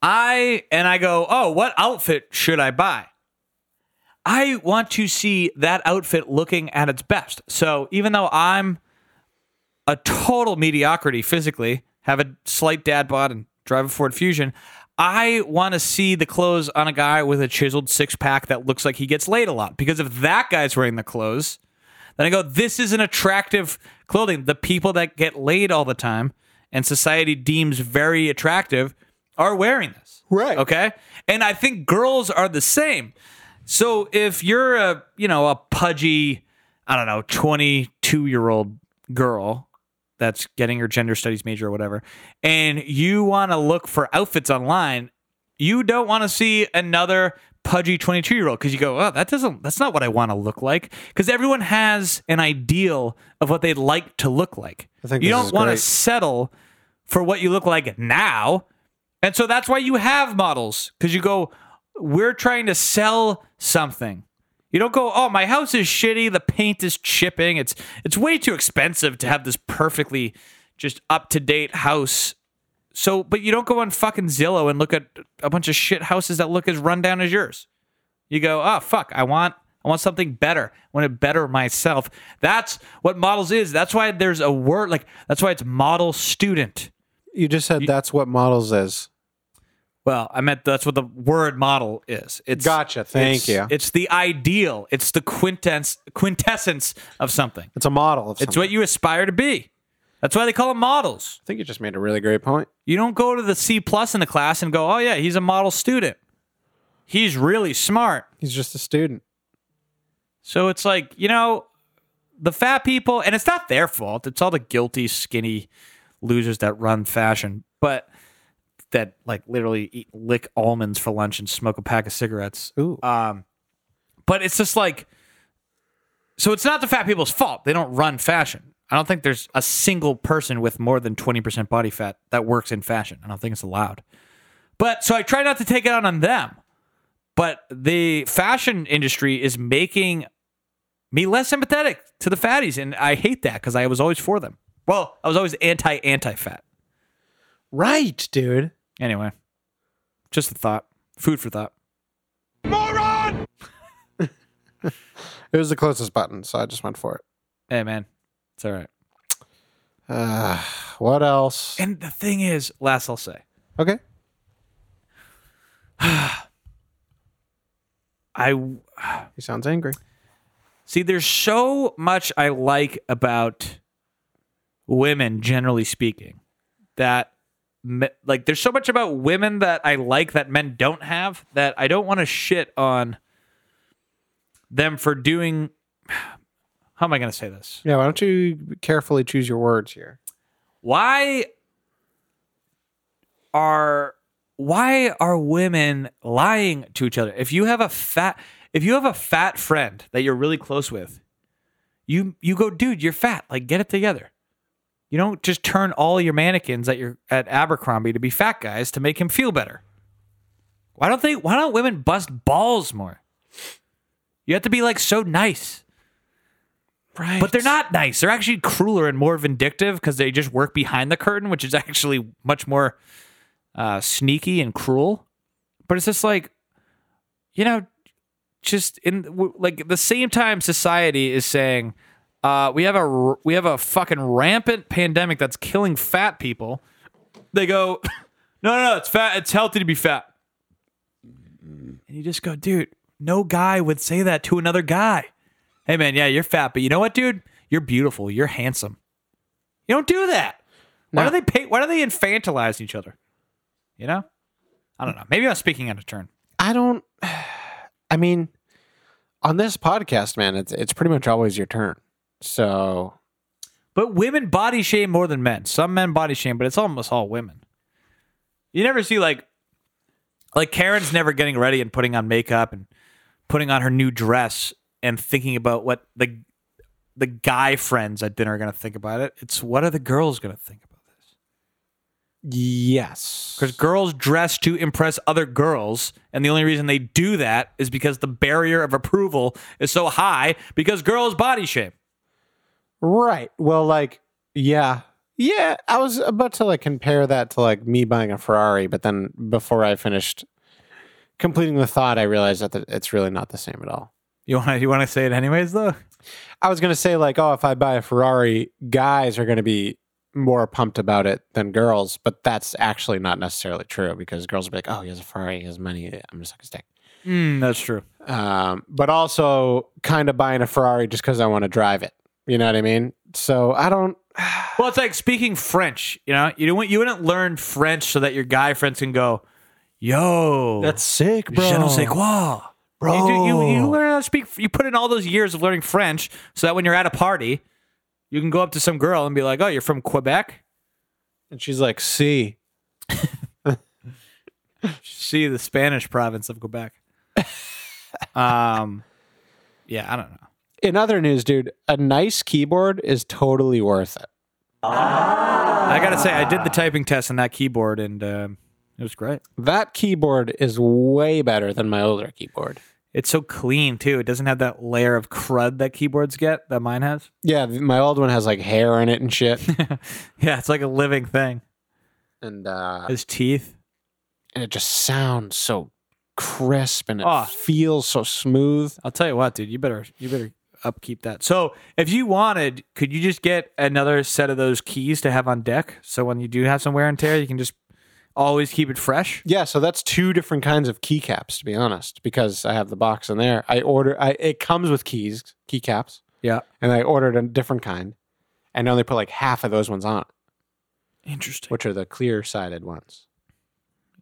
Speaker 1: i and i go oh what outfit should i buy i want to see that outfit looking at its best so even though i'm a total mediocrity physically have a slight dad bod and drive a ford fusion i want to see the clothes on a guy with a chiseled six-pack that looks like he gets laid a lot because if that guy's wearing the clothes then I go, this is an attractive clothing. The people that get laid all the time and society deems very attractive are wearing this.
Speaker 2: Right.
Speaker 1: Okay. And I think girls are the same. So if you're a, you know, a pudgy, I don't know, 22 year old girl that's getting her gender studies major or whatever, and you want to look for outfits online, you don't want to see another pudgy 22 year old because you go, oh, that doesn't, that's not what I want to look like. Because everyone has an ideal of what they'd like to look like.
Speaker 2: I think
Speaker 1: you
Speaker 2: this
Speaker 1: don't
Speaker 2: is
Speaker 1: want to
Speaker 2: great.
Speaker 1: settle for what you look like now. And so that's why you have models because you go, we're trying to sell something. You don't go, oh, my house is shitty. The paint is chipping. It's it's way too expensive to have this perfectly just up to date house. So, but you don't go on fucking Zillow and look at a bunch of shit houses that look as rundown as yours. You go, oh fuck, I want I want something better. I want to better myself. That's what models is. That's why there's a word like that's why it's model student.
Speaker 2: You just said that's what models is.
Speaker 1: Well, I meant that's what the word model is. It's
Speaker 2: Gotcha.
Speaker 1: it's-
Speaker 2: Thank you.
Speaker 1: It's the ideal. It's the quintess quintessence of something.
Speaker 2: It's a model of. Something.
Speaker 1: It's what you aspire to be. That's why they call them models.
Speaker 2: I think you just made a really great point.
Speaker 1: You don't go to the C plus in the class and go, "Oh yeah, he's a model student. He's really smart."
Speaker 2: He's just a student.
Speaker 1: So it's like, you know, the fat people, and it's not their fault. It's all the guilty, skinny losers that run fashion, but that like literally eat, lick almonds for lunch and smoke a pack of cigarettes.
Speaker 2: Ooh.
Speaker 1: Um, but it's just like, so it's not the fat people's fault. They don't run fashion. I don't think there's a single person with more than 20% body fat that works in fashion. I don't think it's allowed. But so I try not to take it out on them. But the fashion industry is making me less sympathetic to the fatties. And I hate that because I was always for them. Well, I was always anti anti fat.
Speaker 2: Right, dude.
Speaker 1: Anyway, just a thought. Food for thought.
Speaker 2: It was the closest button, so I just went for it.
Speaker 1: Hey, man. It's all right.
Speaker 2: Uh, what else?
Speaker 1: And the thing is, last I'll say,
Speaker 2: Okay.
Speaker 1: I
Speaker 2: He sounds angry.
Speaker 1: see there's so much I like about women, generally speaking, that me- like there's so much about women that I like that men don't have that I don't want to shit on them for doing. How am I going to say this?
Speaker 2: Yeah, why don't you carefully choose your words here?
Speaker 1: why are why are women lying to each other if you have a fat if you have a fat friend that you're really close with you you go dude you're fat like get it together you don't just turn all your mannequins at your at abercrombie to be fat guys to make him feel better Why don't they? Why don't women bust balls more? You have to be like so nice,
Speaker 2: Right.
Speaker 1: but they're not nice. They're actually crueler and more vindictive because they just work behind the curtain, which is actually much more uh, sneaky and cruel. But it's just like, you know, just in w- like at the same time society is saying uh, we have a r- we have a fucking rampant pandemic that's killing fat people. They go, no, no, no, it's fat. It's healthy to be fat. And you just go, dude, no guy would say that to another guy. Hey, man, yeah, you're fat, but you know what, dude? You're beautiful. You're handsome. You don't do that. Why
Speaker 2: No.
Speaker 1: do they pay? Why do they infantilize each other? You know, I don't know. Maybe I'm speaking out of turn.
Speaker 2: I don't. I mean, on this podcast, man, it's it's pretty much always your turn. So
Speaker 1: But women body shame more than men. Some men body shame, but it's almost all women. You never see like like Karen's never getting ready and putting on makeup and putting on her new dress and thinking about what the the guy friends at dinner are going to think about it. It's what are the girls going to think about this?
Speaker 2: yes,
Speaker 1: Because girls dress to impress other girls, and the only reason they do that is because the barrier of approval is so high because girls body shame.
Speaker 2: right. Well, like yeah, yeah. I was about to like compare that to like me buying a Ferrari, but then before I finished completing the thought, I realized that th- it's really not the same at all.
Speaker 1: You want to you want to say it anyways though?
Speaker 2: I was gonna say like, oh, if I buy a Ferrari, guys are gonna be more pumped about it than girls, but that's actually not necessarily true because girls will be like, oh, he has a Ferrari, he has money, I'm gonna suck his dick.
Speaker 1: Mm, that's true.
Speaker 2: um, but also kind of buying a Ferrari just because I want to drive it. You know what I mean? So I don't.
Speaker 1: Well, it's like speaking French. You know, you don't you wouldn't learn French so that your guy friends can go, yo,
Speaker 2: sick,
Speaker 1: je ne sais quoi, You, do- you, you learn how to speak. You put in all those years of learning French so that when you're at a party, you can go up to some girl and be like, oh, you're from Quebec.
Speaker 2: And she's like, "See,
Speaker 1: See the Spanish province of Quebec. um, yeah, I don't know.
Speaker 2: in other news, dude, a nice keyboard is totally worth it."
Speaker 1: I gotta say, I did the typing test on that keyboard, and um, it was great.
Speaker 2: That keyboard is way better than my older keyboard.
Speaker 1: It's so clean too. It doesn't have that layer of crud that keyboards get that mine has.
Speaker 2: Yeah, th- my old one has like hair in it and shit,
Speaker 1: Yeah, it's like a living thing.
Speaker 2: and uh,
Speaker 1: His teeth.
Speaker 2: and it just sounds so crisp and it
Speaker 1: Oh.
Speaker 2: feels so smooth.
Speaker 1: I'll tell you what, dude, you better you better upkeep that. So if you wanted, could you just get another set of those keys to have on deck? So when you do have some wear and tear, you can just always keep it fresh.
Speaker 2: Yeah, so that's two different kinds of keycaps, to be honest, because I have the box in there. I order, I it comes with keys, keycaps,
Speaker 1: Yeah.
Speaker 2: and I ordered a different kind, and I only put like half of those ones on,
Speaker 1: Interesting.
Speaker 2: which are the clear sided ones.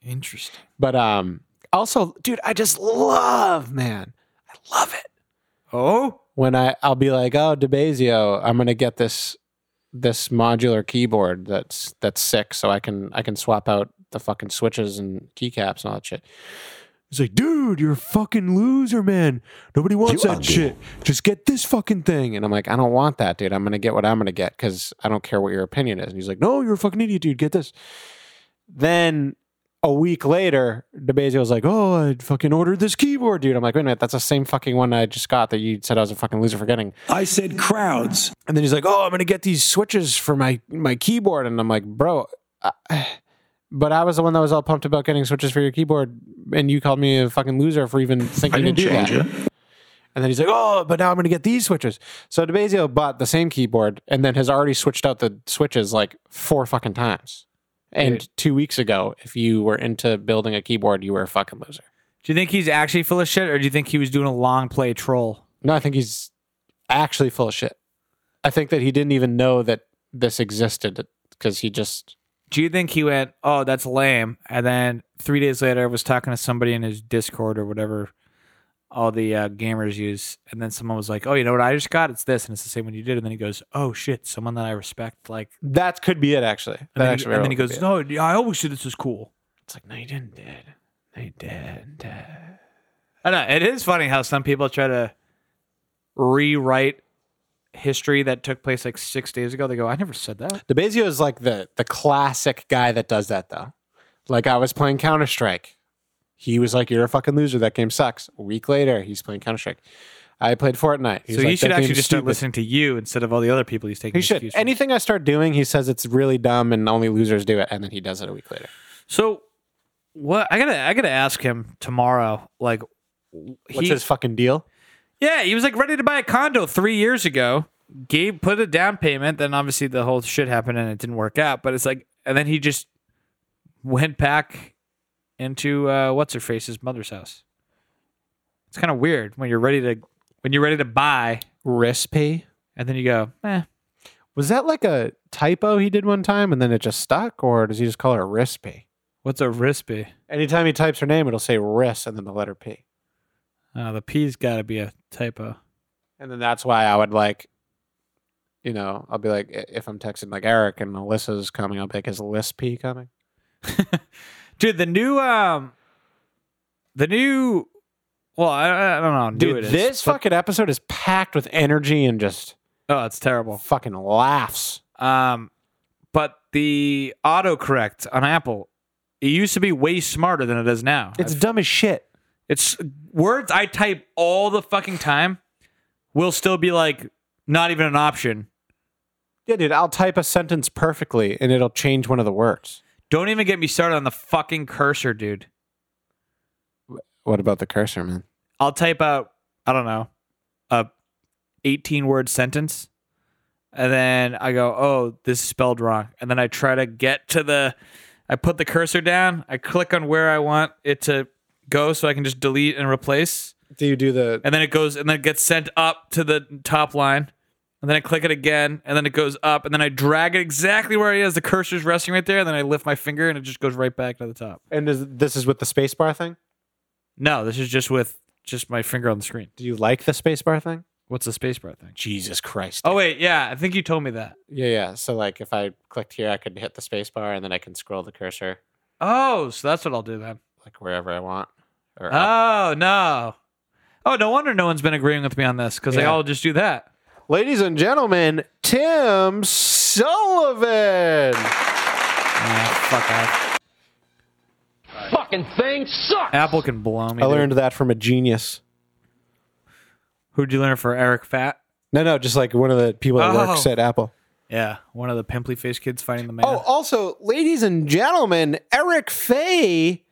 Speaker 1: Interesting.
Speaker 2: But um, also, dude, I just love, man, I love it
Speaker 1: Oh?
Speaker 2: when I I'll be like, oh, DeBazio, I'm gonna get this this modular keyboard that's that's sick, so I can I can swap out the fucking switches and keycaps and all that shit. He's like, dude, you're a fucking loser, man. Nobody wants that shit. Just get this fucking thing. And I'm like, I don't want that, dude. I'm gonna get what I'm gonna get because I don't care what your opinion is. And he's like, no, you're a fucking idiot, dude. Get this. Then a week later, DeBazio was like, "Oh, I fucking ordered this keyboard, dude." I'm like, "Wait a minute, that's the same fucking one I just got that you said I was a fucking loser for getting."
Speaker 3: I said crowds.
Speaker 2: And then he's like, "Oh, I'm gonna get these switches for my my keyboard," and I'm like, "Bro." I, but I was the one that was all pumped about getting switches for your keyboard, and you called me a fucking loser for even thinking to do that. And then he's like, "Oh, but now I'm going to get these switches." So DeBazio bought the same keyboard, and then has already switched out the switches like four fucking times. And two weeks ago, if you were into building a keyboard, you were a fucking loser.
Speaker 1: Do you think he's actually full of shit or do you think he was doing a long play troll?
Speaker 2: No, I think he's actually full of shit. I think that he didn't even know that this existed because he just
Speaker 1: Do you think he went, "Oh, that's lame," and then three days later was talking to somebody in his Discord or whatever all the uh, gamers use, and then someone was like, "Oh, you know what I just got? It's this," and it's the same one you did, and then he goes, "Oh shit, someone that I respect." Like,
Speaker 2: that could be it actually.
Speaker 1: and,
Speaker 2: That
Speaker 1: then, he-
Speaker 2: actually
Speaker 1: and then
Speaker 2: really
Speaker 1: he
Speaker 2: could
Speaker 1: goes,
Speaker 2: be it.
Speaker 1: "No, I always knew this was cool."
Speaker 2: It's like no, you didn't, did. No, you didn't. did.
Speaker 1: I know it is funny how some people try to rewrite history that took place like six days ago. They go, "I never said that."
Speaker 2: DeBazio is like the the classic guy that does that though. Like I was playing Counter Strike. He was like, "You're a fucking loser. That game sucks." A week later, he's playing Counter Strike. I played Fortnite. He's
Speaker 1: so he
Speaker 2: like,
Speaker 1: should
Speaker 2: "That
Speaker 1: actually
Speaker 2: game's
Speaker 1: just start
Speaker 2: stupid."
Speaker 1: listening to you instead of all the other people he's taking.
Speaker 2: He should.
Speaker 1: excuse from.
Speaker 2: Anything I start doing, he says it's really dumb and only losers do it, and then he does it a week later.
Speaker 1: So what I gotta I gotta ask him tomorrow. Like
Speaker 2: What's
Speaker 1: he-
Speaker 2: his fucking deal?
Speaker 1: Yeah, he was like ready to buy a condo three years ago. Gabe put a down payment, then obviously the whole shit happened and it didn't work out. But it's like, and then he just went back into uh, what's her face's mother's house. It's kind of weird when you're ready to when you're ready to buy,
Speaker 2: Recipe.
Speaker 1: and then you go, eh.
Speaker 2: Was that like a typo he did one time and then it just stuck, or does he just call her Rispy?
Speaker 1: What's a rispy?
Speaker 2: Anytime he types her name, it'll say Ris and then the letter P.
Speaker 1: Oh, the P's got to be a typo.
Speaker 2: And then that's why I would like, you know, I'll be like, i- if I'm texting like Eric and Alyssa's coming, I'll be like, is Lispy coming?
Speaker 1: dude the new um the new well i, I don't know how new
Speaker 2: Dude,
Speaker 1: it is,
Speaker 2: this
Speaker 1: but-
Speaker 2: fucking episode is packed with energy and just
Speaker 1: oh it's terrible
Speaker 2: fucking laughs.
Speaker 1: um but the autocorrect on apple it used to be way smarter than it is now
Speaker 2: It's
Speaker 1: I've-
Speaker 2: dumb as shit.
Speaker 1: it's words i type all the fucking time will still be like not even an option
Speaker 2: Yeah, dude, I'll type a sentence perfectly and it'll change one of the words.
Speaker 1: don't even get me started on the fucking cursor dude
Speaker 2: What about the cursor, man?
Speaker 1: I'll type out I don't know a 18 word sentence and then I go, "Oh, this is spelled wrong." And then I try to get to the I put the cursor down, I click on where I want it to go so I can just delete and replace.
Speaker 2: Do you do the
Speaker 1: And then it goes and then it gets sent up to the top line. And then I click it again and then it goes up and then I drag it exactly where it is. The cursor's resting right there and then I lift my finger and it just goes right back to the top.
Speaker 2: and is, this is with the spacebar thing?
Speaker 1: No, this is just with just my finger on the screen.
Speaker 2: Do you like the spacebar thing?
Speaker 1: What's the spacebar thing?
Speaker 2: Jesus Christ.
Speaker 1: Oh wait, yeah, I think you told me that.
Speaker 2: Yeah, yeah. So like if I clicked here, I could hit the spacebar and then I can scroll the cursor
Speaker 1: Oh, so that's what I'll do then.
Speaker 2: like wherever I want. Or
Speaker 1: Oh
Speaker 2: up.
Speaker 1: no. Oh, no wonder no one's been agreeing with me on this because they
Speaker 2: Yeah.
Speaker 1: all just do that.
Speaker 2: Ladies and gentlemen, Tim Sullivan.
Speaker 1: Ah, fuck off.
Speaker 6: fucking thing sucks.
Speaker 1: Apple can blow me.
Speaker 2: I
Speaker 1: dude.
Speaker 2: learned that from a genius.
Speaker 1: Who'd you learn for Eric Fat?
Speaker 2: No, no, just like one of the people that
Speaker 1: Oh.
Speaker 2: works at Apple.
Speaker 1: Yeah, one of the pimply faced kids fighting the man.
Speaker 2: Oh, also, ladies and gentlemen, Eric Fay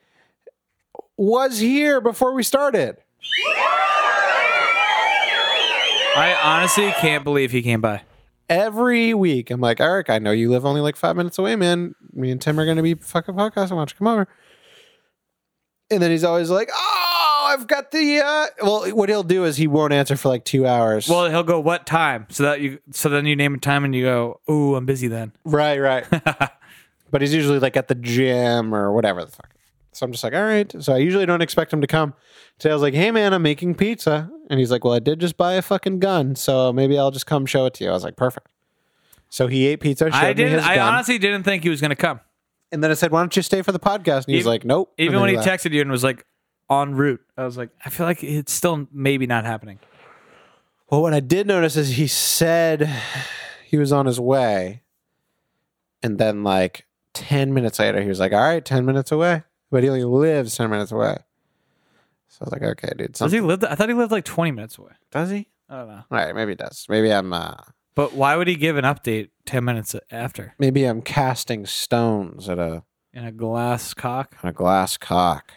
Speaker 2: was here before we started.
Speaker 1: I honestly can't believe he came by.
Speaker 2: Every week, I'm like, Eric, I know you live only like five minutes away, man. Me and Tim are going to be fucking podcasting. Why don't you come over? And then he's always like, oh, I've got the. Uh... Well, what he'll do is he won't answer for like two hours.
Speaker 1: Well, he'll go what time? So that you so then you name a time and you go, "Ooh, I'm busy then."
Speaker 2: Right, right. but he's usually like at the gym or whatever the fuck. So I'm just like, all right. So I usually don't expect him to come. Today I was like, hey man, I'm making pizza, and he's like, well, I did just buy a fucking gun, so maybe I'll just come show it to you. I was like, perfect. So he ate pizza. Showed
Speaker 1: I
Speaker 2: Me
Speaker 1: didn't
Speaker 2: his
Speaker 1: I
Speaker 2: gun,
Speaker 1: honestly didn't think he was going to come.
Speaker 2: and then I said, why don't you stay for the podcast? And he's
Speaker 1: Even-
Speaker 2: like, nope. And
Speaker 1: Even
Speaker 2: then
Speaker 1: when he
Speaker 2: left.
Speaker 1: texted you and was like en route, I was like, I feel like it's still maybe not happening.
Speaker 2: Well, what I did notice is he said he was on his way. And then, like, 10 minutes later, he was like, all right, 10 minutes away. But he only lives 10 minutes away. So I was like, okay, dude.
Speaker 1: Does he
Speaker 2: something-
Speaker 1: live? I thought he lived like 20 minutes away.
Speaker 2: Does he?
Speaker 1: I don't know.
Speaker 2: All right, maybe he does. Maybe I'm, uh,
Speaker 1: But why would he give an update 10 minutes after
Speaker 2: maybe I'm casting stones at a,
Speaker 1: in a glass cock?
Speaker 2: on a glass cock.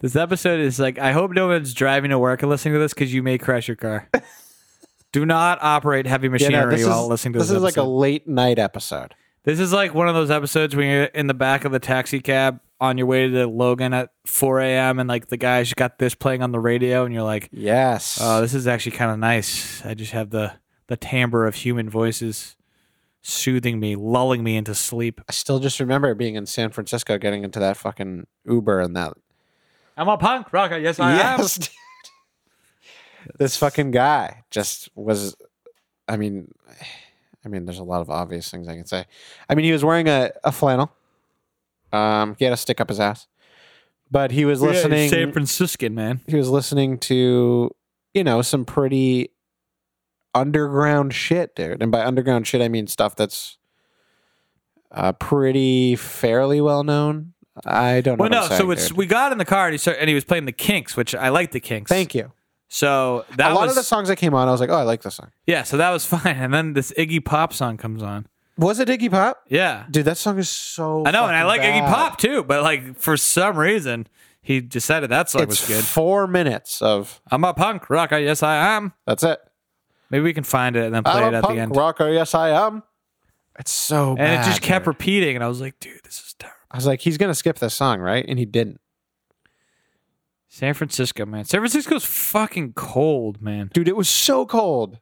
Speaker 1: This episode is like, I hope no one's driving to work and listening to this because you may crash your car. Do not operate heavy machinery while listening to this.
Speaker 2: this is like a
Speaker 1: episode.
Speaker 2: late night episode.
Speaker 1: this is like one of those episodes when you're in the back of the taxi cab on your way to Logan at 4 a.m. and like the guy's got this playing on the radio and you're like,
Speaker 2: Yes.
Speaker 1: oh, this is actually kind of nice. I just have the the timbre of human voices soothing me, lulling me into sleep.
Speaker 2: I still just remember being in San Francisco, getting into that fucking Uber and that
Speaker 1: I'm a punk rocker. Yes, I am.
Speaker 2: yes, dude. this fucking guy just was. I mean, I mean, there's a lot of obvious things I can say. I mean, he was wearing a, a flannel. Um, he had a stick up his ass, but he was listening.
Speaker 1: San Franciscan man.
Speaker 2: he was listening to, you know, some pretty underground shit, dude. And by underground shit, I mean stuff that's uh, pretty fairly well known. I don't know.
Speaker 1: Well,
Speaker 2: what I'm
Speaker 1: no. So
Speaker 2: saying,
Speaker 1: it's
Speaker 2: dude.
Speaker 1: we got in the car and he started, and he was playing the Kinks, which I like the Kinks.
Speaker 2: Thank you.
Speaker 1: So that
Speaker 2: a lot
Speaker 1: was
Speaker 2: of the songs that came on, I was like, oh, I like this song.
Speaker 1: yeah. So that was fine. And then this Iggy Pop song comes on.
Speaker 2: Was it Iggy Pop?
Speaker 1: Yeah,
Speaker 2: Dude, that song is so.
Speaker 1: I know, and I
Speaker 2: fucking
Speaker 1: like Iggy
Speaker 2: bad.
Speaker 1: Pop too. But like for some reason, he decided that song was
Speaker 2: It's
Speaker 1: good.
Speaker 2: four minutes of
Speaker 1: I'm a punk rocker. Yes, I am.
Speaker 2: that's it.
Speaker 1: Maybe we can find it and then play
Speaker 2: I'm
Speaker 1: it
Speaker 2: a
Speaker 1: at
Speaker 2: punk
Speaker 1: the end.
Speaker 2: rocker. Yes, I am. It's so bad.
Speaker 1: and it just kept
Speaker 2: dude.
Speaker 1: repeating, and I was like, dude, this is terrible.
Speaker 2: I was like, he's gonna skip this song, right? And he didn't.
Speaker 1: San Francisco, man. San Francisco's fucking cold, man.
Speaker 2: Dude, it was so cold.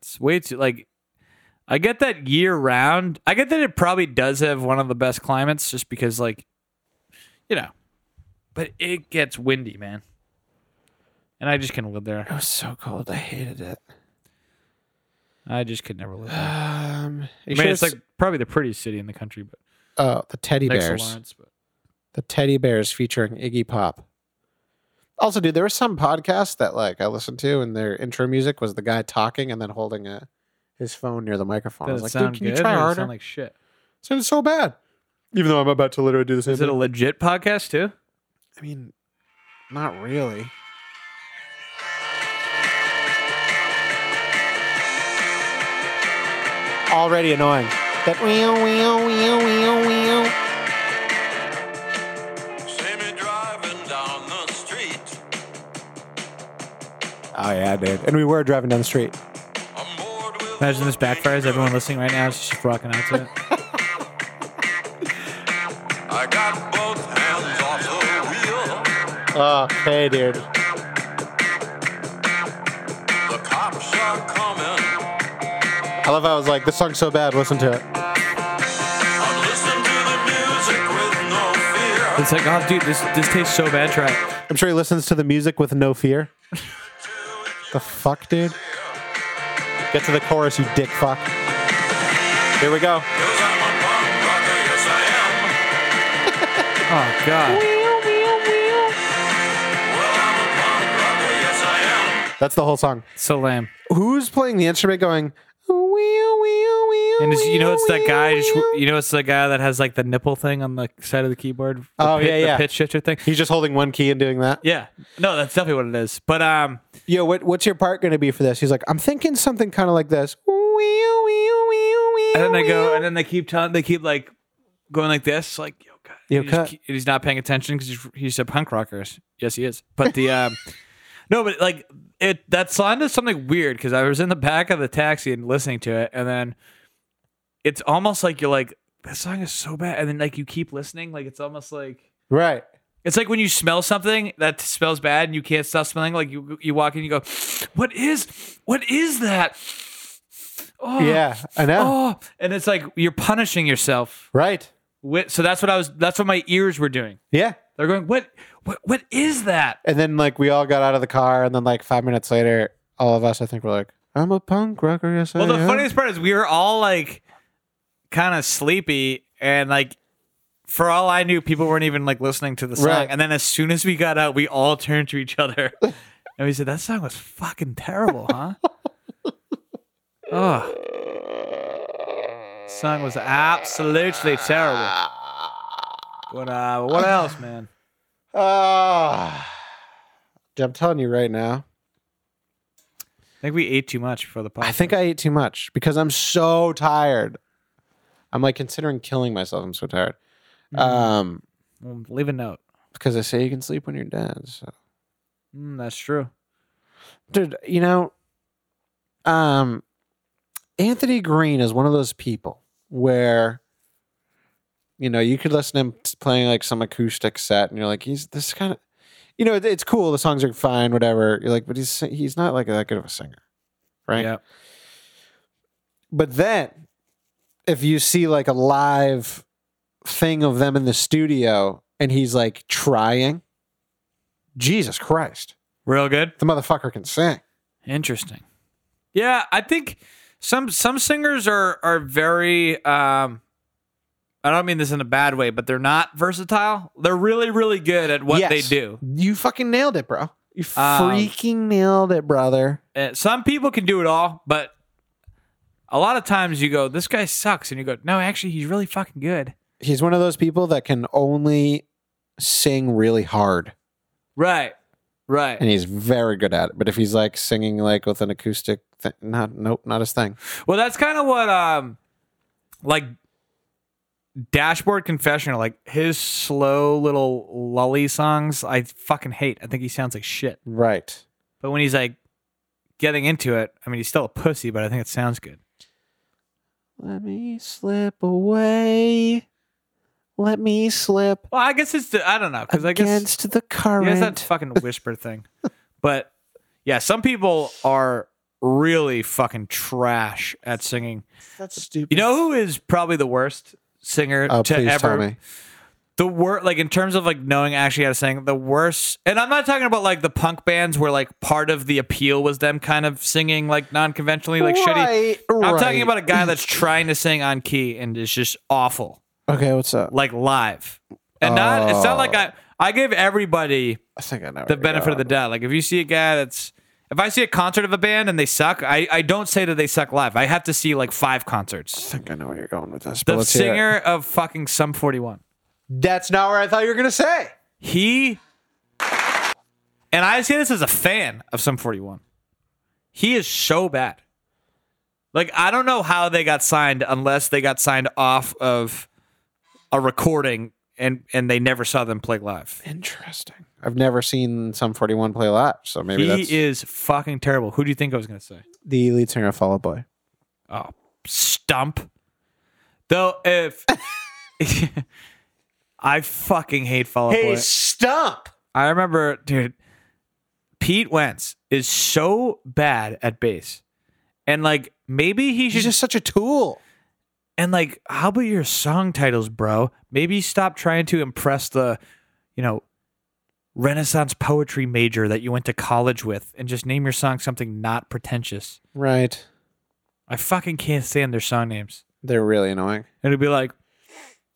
Speaker 1: It's way too like. I get that year round. I get that it probably does have one of the best climates, just because like, you know, but it gets windy, man. And I just couldn't live there.
Speaker 2: It was so cold. I hated it.
Speaker 1: I just could never live there.
Speaker 2: Um,
Speaker 1: I mean, it's like probably the prettiest city in the country, but
Speaker 2: oh, the teddy
Speaker 1: next to
Speaker 2: bears.
Speaker 1: Lawrence. But
Speaker 2: the teddy bears featuring Iggy Pop. Also, dude, there was some podcast that like I listened to, and their intro music was the guy talking and then holding a, his phone near the microphone. I
Speaker 1: does
Speaker 2: was
Speaker 1: it
Speaker 2: like,
Speaker 1: sound
Speaker 2: dude, can
Speaker 1: good?
Speaker 2: you try
Speaker 1: or does it
Speaker 2: harder?
Speaker 1: Sound like shit.
Speaker 2: It sounded so bad. Even though I'm about to literally do the same
Speaker 1: Is it a legit podcast too?
Speaker 2: I mean, not really. Already annoying. That wheel, wheel, wheel, wheel, wheel.
Speaker 7: See me driving down the street.
Speaker 2: Oh yeah, dude. And we were driving down the street.
Speaker 7: I'm bored with
Speaker 1: Imagine this backfires. Everyone listening right now is just rocking out to it.
Speaker 7: I got both hands off the wheel.
Speaker 2: Oh, hey, dude.
Speaker 7: The cops are coming.
Speaker 2: I love how I was like, this song's so bad, listen to it.
Speaker 7: I'm listening to the music with no fear.
Speaker 1: It's like, oh, dude, this this tastes so bad. Try it.
Speaker 2: I'm sure he listens to the music with no fear. the fuck, dude? Get to the chorus, you dick fuck. Here we go.
Speaker 7: 'Cause I'm a punk rocker, yes I am.
Speaker 1: Oh god.
Speaker 7: Well, I'm a punk rocker, yes I am.
Speaker 2: That's the whole song.
Speaker 1: So lame.
Speaker 2: Who's playing the instrument going, wheel, wheel, wheel,
Speaker 1: And it's, you know it's that
Speaker 2: wheel,
Speaker 1: guy. Just,
Speaker 2: wheel?"
Speaker 1: you know it's the guy that has like the nipple thing on the side of the keyboard. The
Speaker 2: Oh,
Speaker 1: pit-
Speaker 2: yeah,
Speaker 1: the
Speaker 2: yeah.
Speaker 1: pitch shifter thing.
Speaker 2: He's just holding one key and doing that.
Speaker 1: Yeah. No, that's definitely what it is. But um,
Speaker 2: Yo, what, what's your part going to be for this? He's like, I'm thinking something kind of like this. Wheel, wheel, wheel, wheel,
Speaker 1: and then they go,
Speaker 2: wheel.
Speaker 1: and then they keep telling, they keep like going like this, like yo, God.
Speaker 2: Yo,
Speaker 1: He just
Speaker 2: cut.
Speaker 1: keep- he's not paying attention because he's, he's a punk rocker. Yes, he is. But the um, no, but like it that song does something weird because I was in the back of the taxi and listening to it, and then it's almost like you're like that song is so bad, and then like you keep listening, like it's almost like.
Speaker 2: Right.
Speaker 1: It's like when you smell something that smells bad and you can't stop smelling. Like you, you walk in, you go, "What is, what is that?" Oh,
Speaker 2: Yeah, I know.
Speaker 1: Oh, and it's like you're punishing yourself.
Speaker 2: Right.
Speaker 1: With, so that's what I was. That's what my ears were doing.
Speaker 2: Yeah.
Speaker 1: They're going, "What, what, what is that?"
Speaker 2: And then like we all got out of the car, and then like five minutes later, all of us I think were like, "I'm a punk rocker." Yes,
Speaker 1: Well,
Speaker 2: I
Speaker 1: the
Speaker 2: am."
Speaker 1: funniest part is we were all like, kind of sleepy and like. For all I knew, people weren't even like listening to the song.
Speaker 2: Right.
Speaker 1: And then as soon as we got out, we all turned to each other and we said, "That song was fucking terrible, huh?" Ugh. Song was absolutely terrible. But uh, what else, man?
Speaker 2: Ah. Dude, I'm telling you right now.
Speaker 1: I think we ate too much for the podcast.
Speaker 2: I think I ate too much because I'm so tired. I'm like considering killing myself. I'm so tired. Um,
Speaker 1: Mm, leave a note.
Speaker 2: because they say you can sleep when you're dead. So,
Speaker 1: Mm, that's true.
Speaker 2: dude, you know, um, Anthony Green is one of those people where, you know, you could listen to him t- playing like some acoustic set, and you're like, he's this kind of, you know, it- it's cool. The songs are fine, whatever. You're like, but he's si- he's not like that good of a singer, right?
Speaker 1: Yep.
Speaker 2: But then, if you see like a live thing of them in the studio, and he's like trying, Jesus Christ,
Speaker 1: Real good.
Speaker 2: the motherfucker can sing.
Speaker 1: Interesting. Yeah, I think some some singers are are very um I don't mean this in a bad way, but they're not versatile. They're really really good at what they
Speaker 2: Yes.
Speaker 1: do.
Speaker 2: You fucking nailed it, bro. You
Speaker 1: Um,
Speaker 2: freaking nailed it, brother.
Speaker 1: Uh, some people can do it all, but a lot of times you go, "This guy sucks," and you go, "No, actually, he's really fucking good."
Speaker 2: He's one of those people that can only sing really hard,
Speaker 1: Right. Right.
Speaker 2: and he's very good at it. But if he's like singing like with an acoustic, thing, not nope, not his thing.
Speaker 1: Well, that's kind of what um like Dashboard Confessional, like his slow little lully songs, I fucking hate. I think he sounds like shit.
Speaker 2: Right.
Speaker 1: But when he's like getting into it, I mean, he's still a pussy, but I think it sounds good.
Speaker 2: Let me slip away. Let me slip
Speaker 1: Well, I guess it's the, I don't know because I guess
Speaker 2: against the
Speaker 1: he
Speaker 2: current.
Speaker 1: has that fucking whisper thing. But yeah, some people are really fucking trash at singing.
Speaker 2: That's stupid.
Speaker 1: You know who is probably the worst singer
Speaker 2: Oh,
Speaker 1: to
Speaker 2: please
Speaker 1: ever
Speaker 2: tell me.
Speaker 1: the worst like in terms of like knowing actually how to sing the worst and i'm not talking about like the punk bands where like part of the appeal was them kind of singing like non-conventionally like
Speaker 2: Right,
Speaker 1: shitty i'm
Speaker 2: right.
Speaker 1: talking about a guy that's trying to sing on key and is just awful
Speaker 2: Okay, what's up?
Speaker 1: like live and not it's not like i i give everybody
Speaker 2: I think I know.
Speaker 1: the benefit of the doubt like if you see a guy that's if i see a concert of a band and they suck i i don't say that they suck live i have to see like five concerts
Speaker 2: I think I know where you're going with this. but
Speaker 1: the
Speaker 2: let's hear it.
Speaker 1: singer of fucking sum 41
Speaker 2: That's not where I thought you were gonna say.
Speaker 1: He and I say this as a fan of some 41. He is so bad. Like I don't know how they got signed unless they got signed off of a recording and and they never saw them play live.
Speaker 2: Interesting. I've never seen some 41 play live, so maybe that's
Speaker 1: He is fucking terrible. Who do you think I was going to say?
Speaker 2: the lead singer of Fall Out Boy.
Speaker 1: Oh, stump. Though if I fucking hate Fall Out Boy.
Speaker 2: Stump.
Speaker 1: I remember, dude, Pete Wentz is so bad at bass. And like maybe he should
Speaker 2: He's just such a tool.
Speaker 1: and like how about your song titles, bro? Maybe stop trying to impress the, you know, Renaissance poetry major that you went to college with and just name your song something not pretentious.
Speaker 2: Right.
Speaker 1: I fucking can't stand their song names.
Speaker 2: They're really annoying.
Speaker 1: And it'd be like,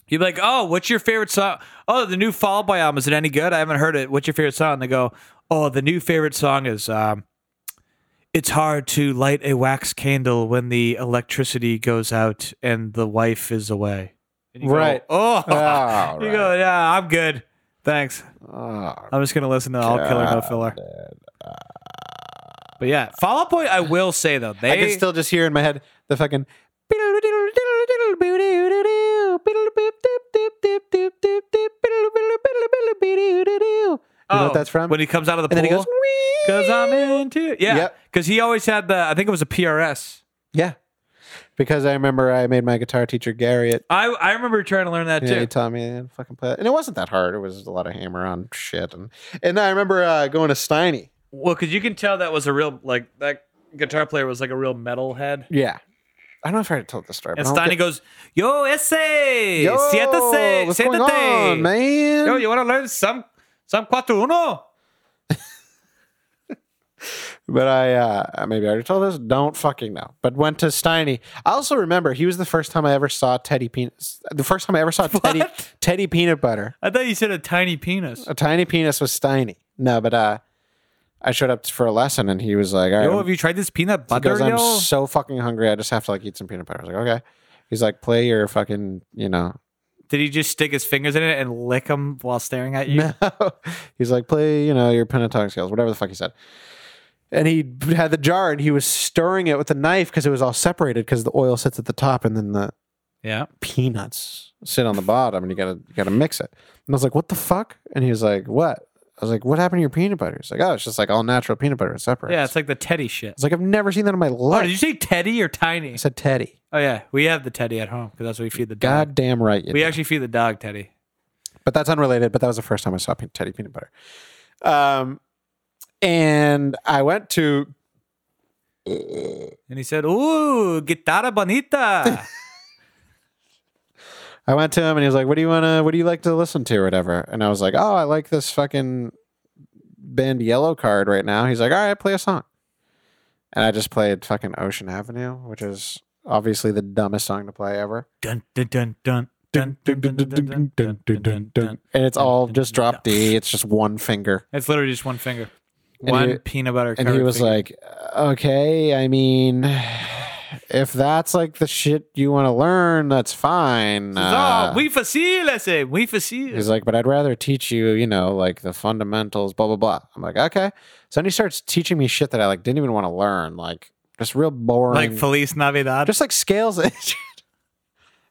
Speaker 1: you'd be like, oh, what's your favorite song? Oh, the new Fall Out Boy album. Is it any good? I haven't heard it. What's your favorite song? And they go, oh, the new favorite song is, um, it's hard to light a wax candle when the electricity goes out and the wife is away. And you go,
Speaker 2: Right.
Speaker 1: oh,
Speaker 2: Oh,
Speaker 1: you go, yeah, I'm good. Thanks.
Speaker 2: Oh,
Speaker 1: I'm just gonna listen to All Killer No Filler.
Speaker 2: Ah.
Speaker 1: But yeah, Fall Out Boy. I will say though, they
Speaker 2: I can still just hear in my head the fucking. You know what
Speaker 1: Oh,
Speaker 2: that's from?
Speaker 1: when he comes out of the
Speaker 2: and then
Speaker 1: pool.
Speaker 2: he goes,
Speaker 1: Cause I'm into yeah.
Speaker 2: Yep.
Speaker 1: Because he always had the I think it was a PRS.
Speaker 2: yeah. Because I remember I made my guitar teacher Gary at
Speaker 1: I I remember trying to learn that
Speaker 2: Yeah,
Speaker 1: too.
Speaker 2: he taught me to fucking play that. And it wasn't that hard. It was a lot of hammer on shit. And and I remember uh, going to Steiny.
Speaker 1: well, because you can tell that was a real like that guitar player was like a real metal head.
Speaker 2: Yeah. I don't know if I already told this story.
Speaker 1: And
Speaker 2: but I'll
Speaker 1: Steiny
Speaker 2: get-
Speaker 1: goes, Yo, essay,
Speaker 2: Oh, Yo,
Speaker 1: siete
Speaker 2: what's
Speaker 1: se,
Speaker 2: going on,
Speaker 1: siete
Speaker 2: man?
Speaker 1: Yo, you want to learn some some cuatro uno?
Speaker 2: But I uh, maybe I already told this. Don't fucking know. But went to Steiny. I also remember he was the first time I ever saw Teddy Peanut. The first time I ever saw Teddy
Speaker 1: What?
Speaker 2: Teddy Peanut Butter.
Speaker 1: I thought you said a tiny penis.
Speaker 2: A tiny penis was Steiny. No, but uh, I showed up for a lesson and he was like, "All right,
Speaker 1: Yo,
Speaker 2: I'm
Speaker 1: have you tried this peanut
Speaker 2: He
Speaker 1: butter?
Speaker 2: goes, I'm
Speaker 1: yo?
Speaker 2: so fucking hungry. I just have to like eat some peanut butter. I was like, okay. He's like, play your fucking, you know.
Speaker 1: Did he just stick his fingers in it and lick them while staring at you?
Speaker 2: He's like, play, you know, your pentatonic scales, whatever the fuck he said. And he had the jar and he was stirring it with a knife because it was all separated because the oil sits at the top and then the
Speaker 1: Yeah.
Speaker 2: peanuts sit on the bottom and you gotta you gotta mix it. And I was like, what the fuck? And he was like, what? I was like, what happened to your peanut butter? He's like, oh, it's just like all natural peanut butter. It separates.
Speaker 1: Yeah, it's like the teddy shit.
Speaker 2: I was like, I've never seen that in my
Speaker 1: Oh,
Speaker 2: life.
Speaker 1: did you say teddy or tiny?
Speaker 2: I said, Teddy.
Speaker 1: Oh yeah, we have the teddy at home because that's what we feed the dog.
Speaker 2: God damn right. You
Speaker 1: we actually feed the dog teddy.
Speaker 2: but that's unrelated. But that was the first time I saw pe- Teddy Peanut Butter. Um, and I went to
Speaker 1: And he said, "Ooh, guitarra bonita."
Speaker 2: I went to him, and he was like, "What do you wanna? What do you like to listen to, or whatever?" And I was like, "Oh, I like this fucking band Yellow Card right now." He's like, "All right, play a song," and I just played fucking Ocean Avenue, which is obviously the dumbest song to play ever.
Speaker 1: dun dun dun dun. Dun, dun, dun, dun, dun, dun, dun, dun, dun,
Speaker 2: And
Speaker 1: dun.
Speaker 2: it's all just drop D. It's just one finger.
Speaker 1: It's literally just one finger,
Speaker 2: And
Speaker 1: one
Speaker 2: he-
Speaker 1: peanut butter.
Speaker 2: And he
Speaker 1: covered
Speaker 2: was
Speaker 1: finger.
Speaker 2: like, okay, I mean, if that's like the shit you want to learn, that's fine. Uh,
Speaker 1: oh, we facile, I say. We facile.
Speaker 2: He's like, but I'd rather teach you, you know, like the fundamentals, blah blah blah. I'm like, okay. So then he starts teaching me shit that I like didn't even want to learn, like just real boring,
Speaker 1: Like Feliz Navidad.
Speaker 2: just like scales.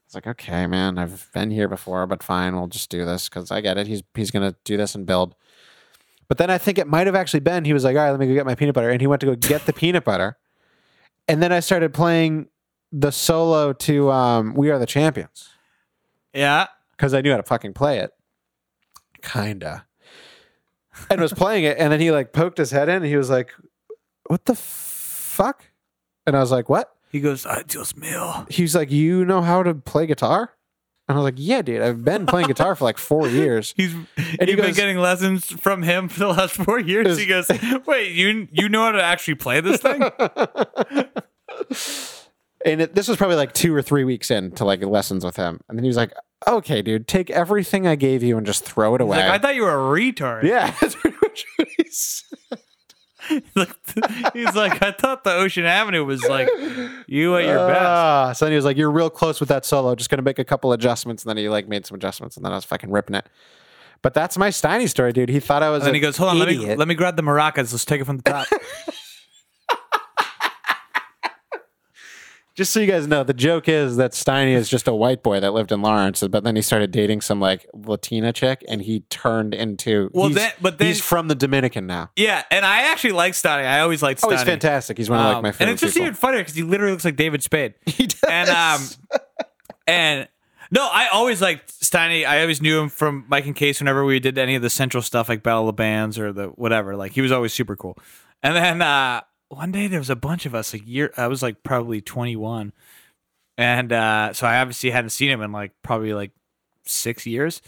Speaker 2: it's like, okay, man, I've been here before, but fine, we'll just do this because I get it. He's he's gonna do this and build. But then I think it might have actually been he was like, all right, let me go get my peanut butter, and he went to go get the peanut butter, and then I started playing the solo to um, "We Are the Champions."
Speaker 1: yeah.
Speaker 2: because I knew how to fucking play it. Kinda. And was playing it, and then he like poked his head in, and he was like, "What the fuck?" And I was like, "What?"
Speaker 1: He goes, I just meal.
Speaker 2: He's like, "You know how to play guitar?" And I was like, "Yeah, dude, I've been playing guitar for like four years."
Speaker 1: He's
Speaker 2: he
Speaker 1: you've been
Speaker 2: goes-
Speaker 1: getting lessons from him for the last four years. He goes, Wait, you you know how to actually play this thing?
Speaker 2: and it, this was probably like two or three weeks into like lessons with him, and then he was like, "Okay, dude, take everything I gave you and just throw it away."
Speaker 1: Like, I thought you were a retard.
Speaker 2: yeah, that's pretty much what he said.
Speaker 1: Like, he's like, I thought the Ocean Avenue was like you at your best.
Speaker 2: Ah, so then he was like, "You're real close with that solo. Just gonna make a couple adjustments." And then he like made some adjustments, and then I was fucking ripping it. But that's my Steiny story, dude. He thought I was.
Speaker 1: And then
Speaker 2: an
Speaker 1: he goes, Hold on, let me
Speaker 2: idiot."
Speaker 1: let me grab the maracas. Let's take it from the top.
Speaker 2: Just so you guys know, the joke is that Steiny is just a white boy that lived in Lawrence, but then he started dating some like Latina chick, and he turned into.
Speaker 1: Well,
Speaker 2: he's-
Speaker 1: that- but then-
Speaker 2: he's from the Dominican now.
Speaker 1: yeah, and I actually like Stoney. I always liked
Speaker 2: Oh,
Speaker 1: Stoney.
Speaker 2: he's fantastic. He's one of like
Speaker 1: Um,
Speaker 2: my
Speaker 1: and
Speaker 2: favorite.
Speaker 1: it's just
Speaker 2: people.
Speaker 1: even funnier because he literally looks like David Spade. He
Speaker 2: does.
Speaker 1: And um, and no, I always liked Steiny. I always knew him from Mike and Case whenever we did any of the central stuff like Battle of the Bands or the whatever. Like he was always super cool. And then uh, one day there was a bunch of us. A year, I was like probably twenty one, and uh, so I obviously hadn't seen him in like probably like six years.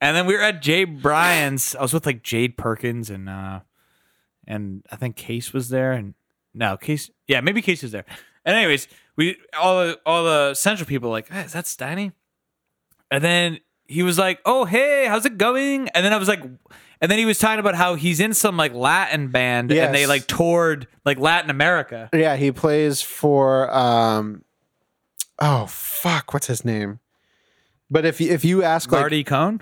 Speaker 1: And then we were at Jay Bryan's. I was with like Jade Perkins and uh, and I think Case was there, and no, Case, yeah, maybe Case was there. And anyways, we all the all the central people like, hey, is that Steiny? And then he was like, oh hey, how's it going? And then I was like, and then he was talking about how he's in some like Latin band, and they
Speaker 2: Yes.
Speaker 1: like toured like Latin America.
Speaker 2: Yeah, he plays for um oh fuck, what's his name? But if you- if you ask like
Speaker 1: Marty Cohn,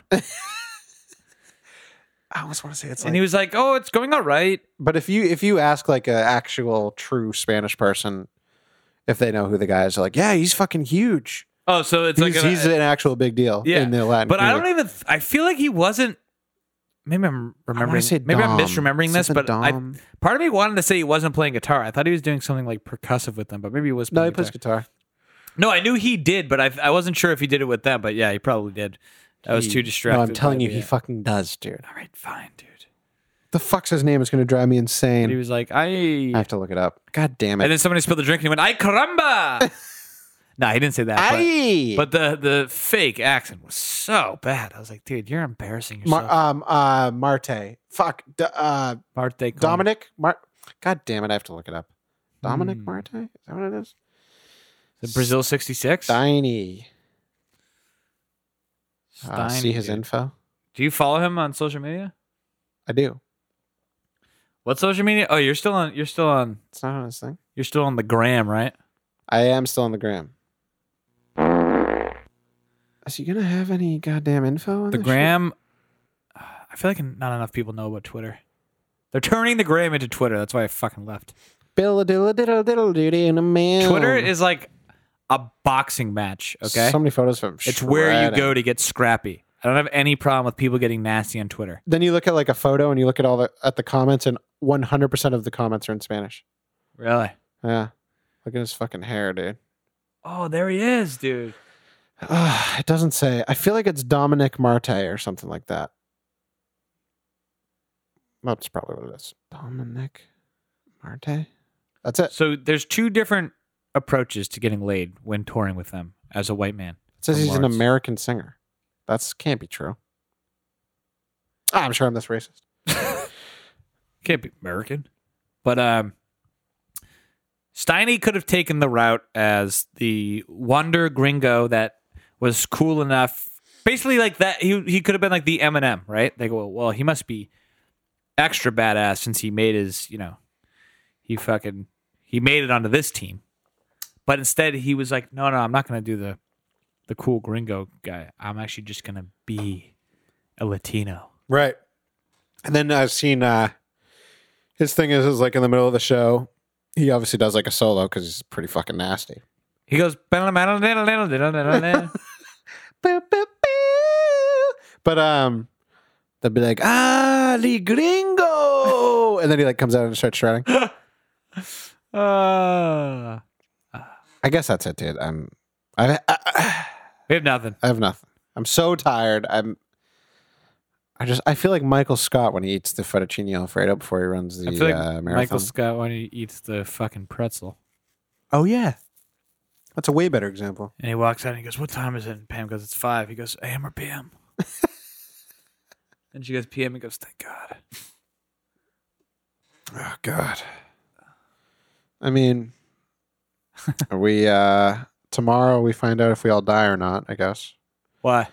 Speaker 2: I almost want to say it's like
Speaker 1: and he was like, oh, it's going all right.
Speaker 2: but if you if you ask like an actual true Spanish person if they know who the guy is, they're like, yeah, he's fucking huge.
Speaker 1: Oh, so it's
Speaker 2: He's,
Speaker 1: like an-
Speaker 2: he's an actual big deal
Speaker 1: yeah,
Speaker 2: in the Latin.
Speaker 1: but I don't
Speaker 2: community.
Speaker 1: even. I feel like he wasn't. Maybe I'm remembering.
Speaker 2: say
Speaker 1: maybe I'm
Speaker 2: Dom.
Speaker 1: misremembering this,
Speaker 2: Something
Speaker 1: but I,
Speaker 2: Dom.
Speaker 1: part of me wanted to say he wasn't playing guitar. I thought he was doing something like percussive with them, but maybe he was.
Speaker 2: no,
Speaker 1: Playing
Speaker 2: he plays guitar.
Speaker 1: No, I knew he did, but I, I wasn't sure if he did it with them. But yeah, he probably did. I was too distracted.
Speaker 2: No, I'm telling
Speaker 1: by
Speaker 2: you,
Speaker 1: the- uh,
Speaker 2: he fucking does, dude.
Speaker 1: All right, fine, dude.
Speaker 2: The fuck's his name is going to drive me insane.
Speaker 1: And he was like, I.
Speaker 2: I have to look it up. God damn
Speaker 1: And
Speaker 2: it!
Speaker 1: then somebody spilled the drink, and he went, "Ay caramba!" nah, he didn't say that. but-
Speaker 2: Aye.
Speaker 1: But, the the fake accent was so bad. I was like, dude, you're embarrassing yourself.
Speaker 2: Mar- um, uh, Marte. Fuck. D- uh,
Speaker 1: Marte Cohn.
Speaker 2: Dominic Mar. God damn it! I have to look it up. Dominic
Speaker 1: Hmm.
Speaker 2: Marte. Is that what it is?
Speaker 1: the Brazil '66.
Speaker 2: Steiny. Uh,
Speaker 1: Steiny,
Speaker 2: see his
Speaker 1: dude.
Speaker 2: info.
Speaker 1: Do you follow him on social media?
Speaker 2: I do.
Speaker 1: What social media? Oh, you're still on. You're still on.
Speaker 2: It's not on his thing.
Speaker 1: You're still on the gram, right?
Speaker 2: I am still on the gram. Is he gonna have any goddamn info on
Speaker 1: The
Speaker 2: this Oh, shit?
Speaker 1: gram. I feel like not enough people know about Twitter. They're turning the gram into Twitter. That's why I fucking left.
Speaker 2: Bill a diddle diddle diddle duty in a man.
Speaker 1: Twitter is like a boxing match. Okay,
Speaker 2: So many photos from.
Speaker 1: it's where you go to get scrappy. I don't have any problem with people getting nasty on Twitter.
Speaker 2: Then you look at like a photo and you look at all the at the comments and 100 percent of the comments are in Spanish.
Speaker 1: Really?
Speaker 2: Yeah. Look at his fucking hair, dude.
Speaker 1: Oh, there he is, dude.
Speaker 2: Uh, it doesn't say. I feel like it's Dominic Marte or something like that. That's probably what it is. Dominic Marte. That's it.
Speaker 1: So there's two different approaches to getting laid when touring with them as a white man.
Speaker 2: It says
Speaker 1: From
Speaker 2: he's an
Speaker 1: Lawrence.
Speaker 2: American singer. That's can't be true. Ah, I'm sure I'm this racist.
Speaker 1: can't be American. But um, Steiny could have taken the route as the wonder gringo that was cool enough. Basically, like that, he he could have been like the Eminem, right? They go, well, he must be extra badass since he made his, you know, he fucking he made it onto this team. But instead, he was like, "No, no, I'm not going to do the the cool gringo guy. I'm actually just going to be a Latino."
Speaker 2: Right. And then I've seen uh his thing is, is like in the middle of the show, he obviously does like a solo because he's pretty fucking nasty.
Speaker 1: He goes, "That's
Speaker 2: Boop, boop, boop. But um they'll be like, ah Lee Gringo and then he like comes out and starts shredding.
Speaker 1: uh,
Speaker 2: I guess that's it, dude. I'm I, I
Speaker 1: we have nothing."
Speaker 2: I have nothing. I'm so tired. I'm I just I feel like Michael Scott when he eats the fettuccine alfredo before he runs
Speaker 1: I
Speaker 2: the
Speaker 1: feel like
Speaker 2: uh, marathon.
Speaker 1: Michael Scott when he eats the fucking pretzel.
Speaker 2: oh yeah. That's a way better example.
Speaker 1: And he walks out and he goes, What time is it? And Pam goes, It's five. He goes, AM or PM? and she goes, PM. He goes, Thank God.
Speaker 2: Oh God. I mean, are we uh tomorrow we find out if we all die or not. I guess
Speaker 1: Why?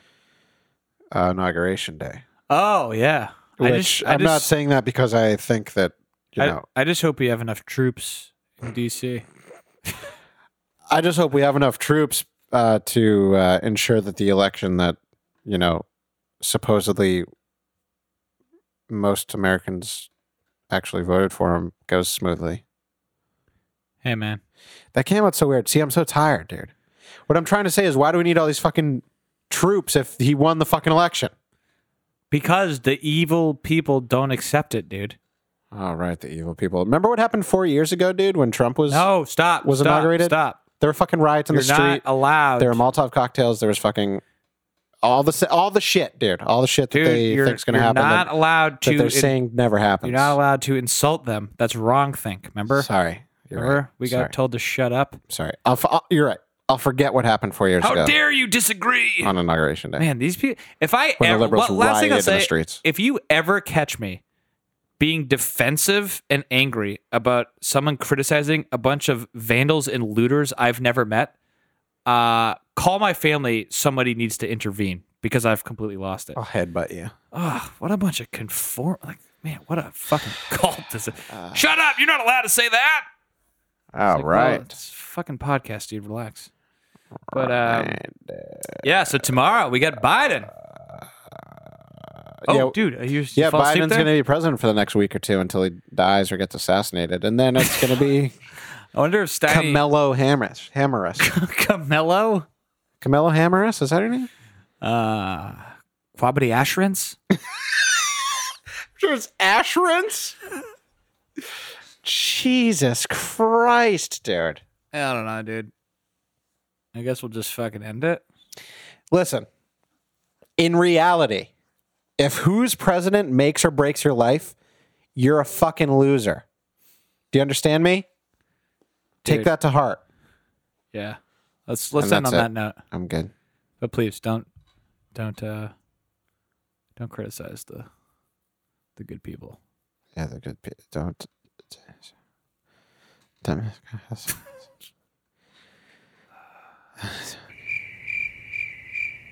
Speaker 2: uh, inauguration day.
Speaker 1: Oh, yeah.
Speaker 2: Which
Speaker 1: I just,
Speaker 2: I'm
Speaker 1: I just,
Speaker 2: not saying that because I think that you
Speaker 1: I,
Speaker 2: know.
Speaker 1: I just hope we have enough troops in D.C.
Speaker 2: I just hope we have enough troops uh, to uh, ensure that the election that you know supposedly most Americans actually voted for him goes smoothly.
Speaker 1: Hey, man.
Speaker 2: That came out so weird. See, I'm so tired, dude. What I'm trying to say is, why do we need all these fucking troops if he won the fucking election?
Speaker 1: Because the evil people don't accept it, dude.
Speaker 2: All Oh, right, the evil people. Remember what happened four years ago, dude, when Trump was
Speaker 1: No, stop.
Speaker 2: was
Speaker 1: stop,
Speaker 2: inaugurated?
Speaker 1: Stop.
Speaker 2: There were fucking riots in
Speaker 1: You're
Speaker 2: the
Speaker 1: not
Speaker 2: street.
Speaker 1: allowed.
Speaker 2: there were Molotov cocktails. There was fucking all the all the shit, dude. All the shit that
Speaker 1: dude,
Speaker 2: they
Speaker 1: you're,
Speaker 2: think's gonna
Speaker 1: you're
Speaker 2: happen.
Speaker 1: not
Speaker 2: that,
Speaker 1: allowed
Speaker 2: that
Speaker 1: to.
Speaker 2: they're
Speaker 1: in-
Speaker 2: saying never happens.
Speaker 1: you're not allowed to insult them. That's wrong think. Remember?
Speaker 2: Sorry, you're
Speaker 1: Remember?
Speaker 2: right.
Speaker 1: We
Speaker 2: Sorry.
Speaker 1: got told to shut up.
Speaker 2: Sorry, I'll, f- I'll- you're right. I'll forget what happened four years
Speaker 1: How
Speaker 2: ago
Speaker 1: dare you disagree?
Speaker 2: on inauguration day.
Speaker 1: Man, these people. If I
Speaker 2: When the
Speaker 1: ever,
Speaker 2: liberals
Speaker 1: well, last thing I'll
Speaker 2: rioted in the
Speaker 1: say,
Speaker 2: streets.
Speaker 1: if you ever catch me being defensive and angry about someone criticizing a bunch of vandals and looters I've never met, uh, call my family. Somebody needs to intervene because I've completely lost it.
Speaker 2: I'll headbutt you.
Speaker 1: Ugh, what a bunch of conform. Like, man, what a fucking cult is it?
Speaker 2: Uh.
Speaker 1: Shut up! You're not allowed to say that.
Speaker 2: All
Speaker 1: Like, well,
Speaker 2: right.
Speaker 1: it's a fucking podcast, dude. Relax. But um, yeah, so tomorrow we got Biden. Oh,
Speaker 2: yeah,
Speaker 1: dude, are you, you
Speaker 2: yeah,
Speaker 1: fall asleep
Speaker 2: Biden's
Speaker 1: there?
Speaker 2: going to be president for the next week or two until he dies or gets assassinated, and then it's going to be
Speaker 1: I wonder if Steiny
Speaker 2: Camelo Hammeris. Hammeris.
Speaker 1: Camelo
Speaker 2: Camelo Hammeris is that her name?
Speaker 1: uh, Quabity Ashrens.
Speaker 2: Sure, it's Ashrens. Jesus Christ, dude!
Speaker 1: I don't know, dude. I guess we'll just fucking end it.
Speaker 2: Listen, in reality, if who's president makes or breaks your life, you're a fucking loser. Do you understand me? Take
Speaker 1: Dude.
Speaker 2: that to heart.
Speaker 1: Yeah, let's let's end
Speaker 2: And
Speaker 1: on
Speaker 2: that's
Speaker 1: that
Speaker 2: it.
Speaker 1: note.
Speaker 2: I'm good.
Speaker 1: But please don't don't uh don't criticize the the good people.
Speaker 2: Yeah, they're good. pe- Don't. Don't.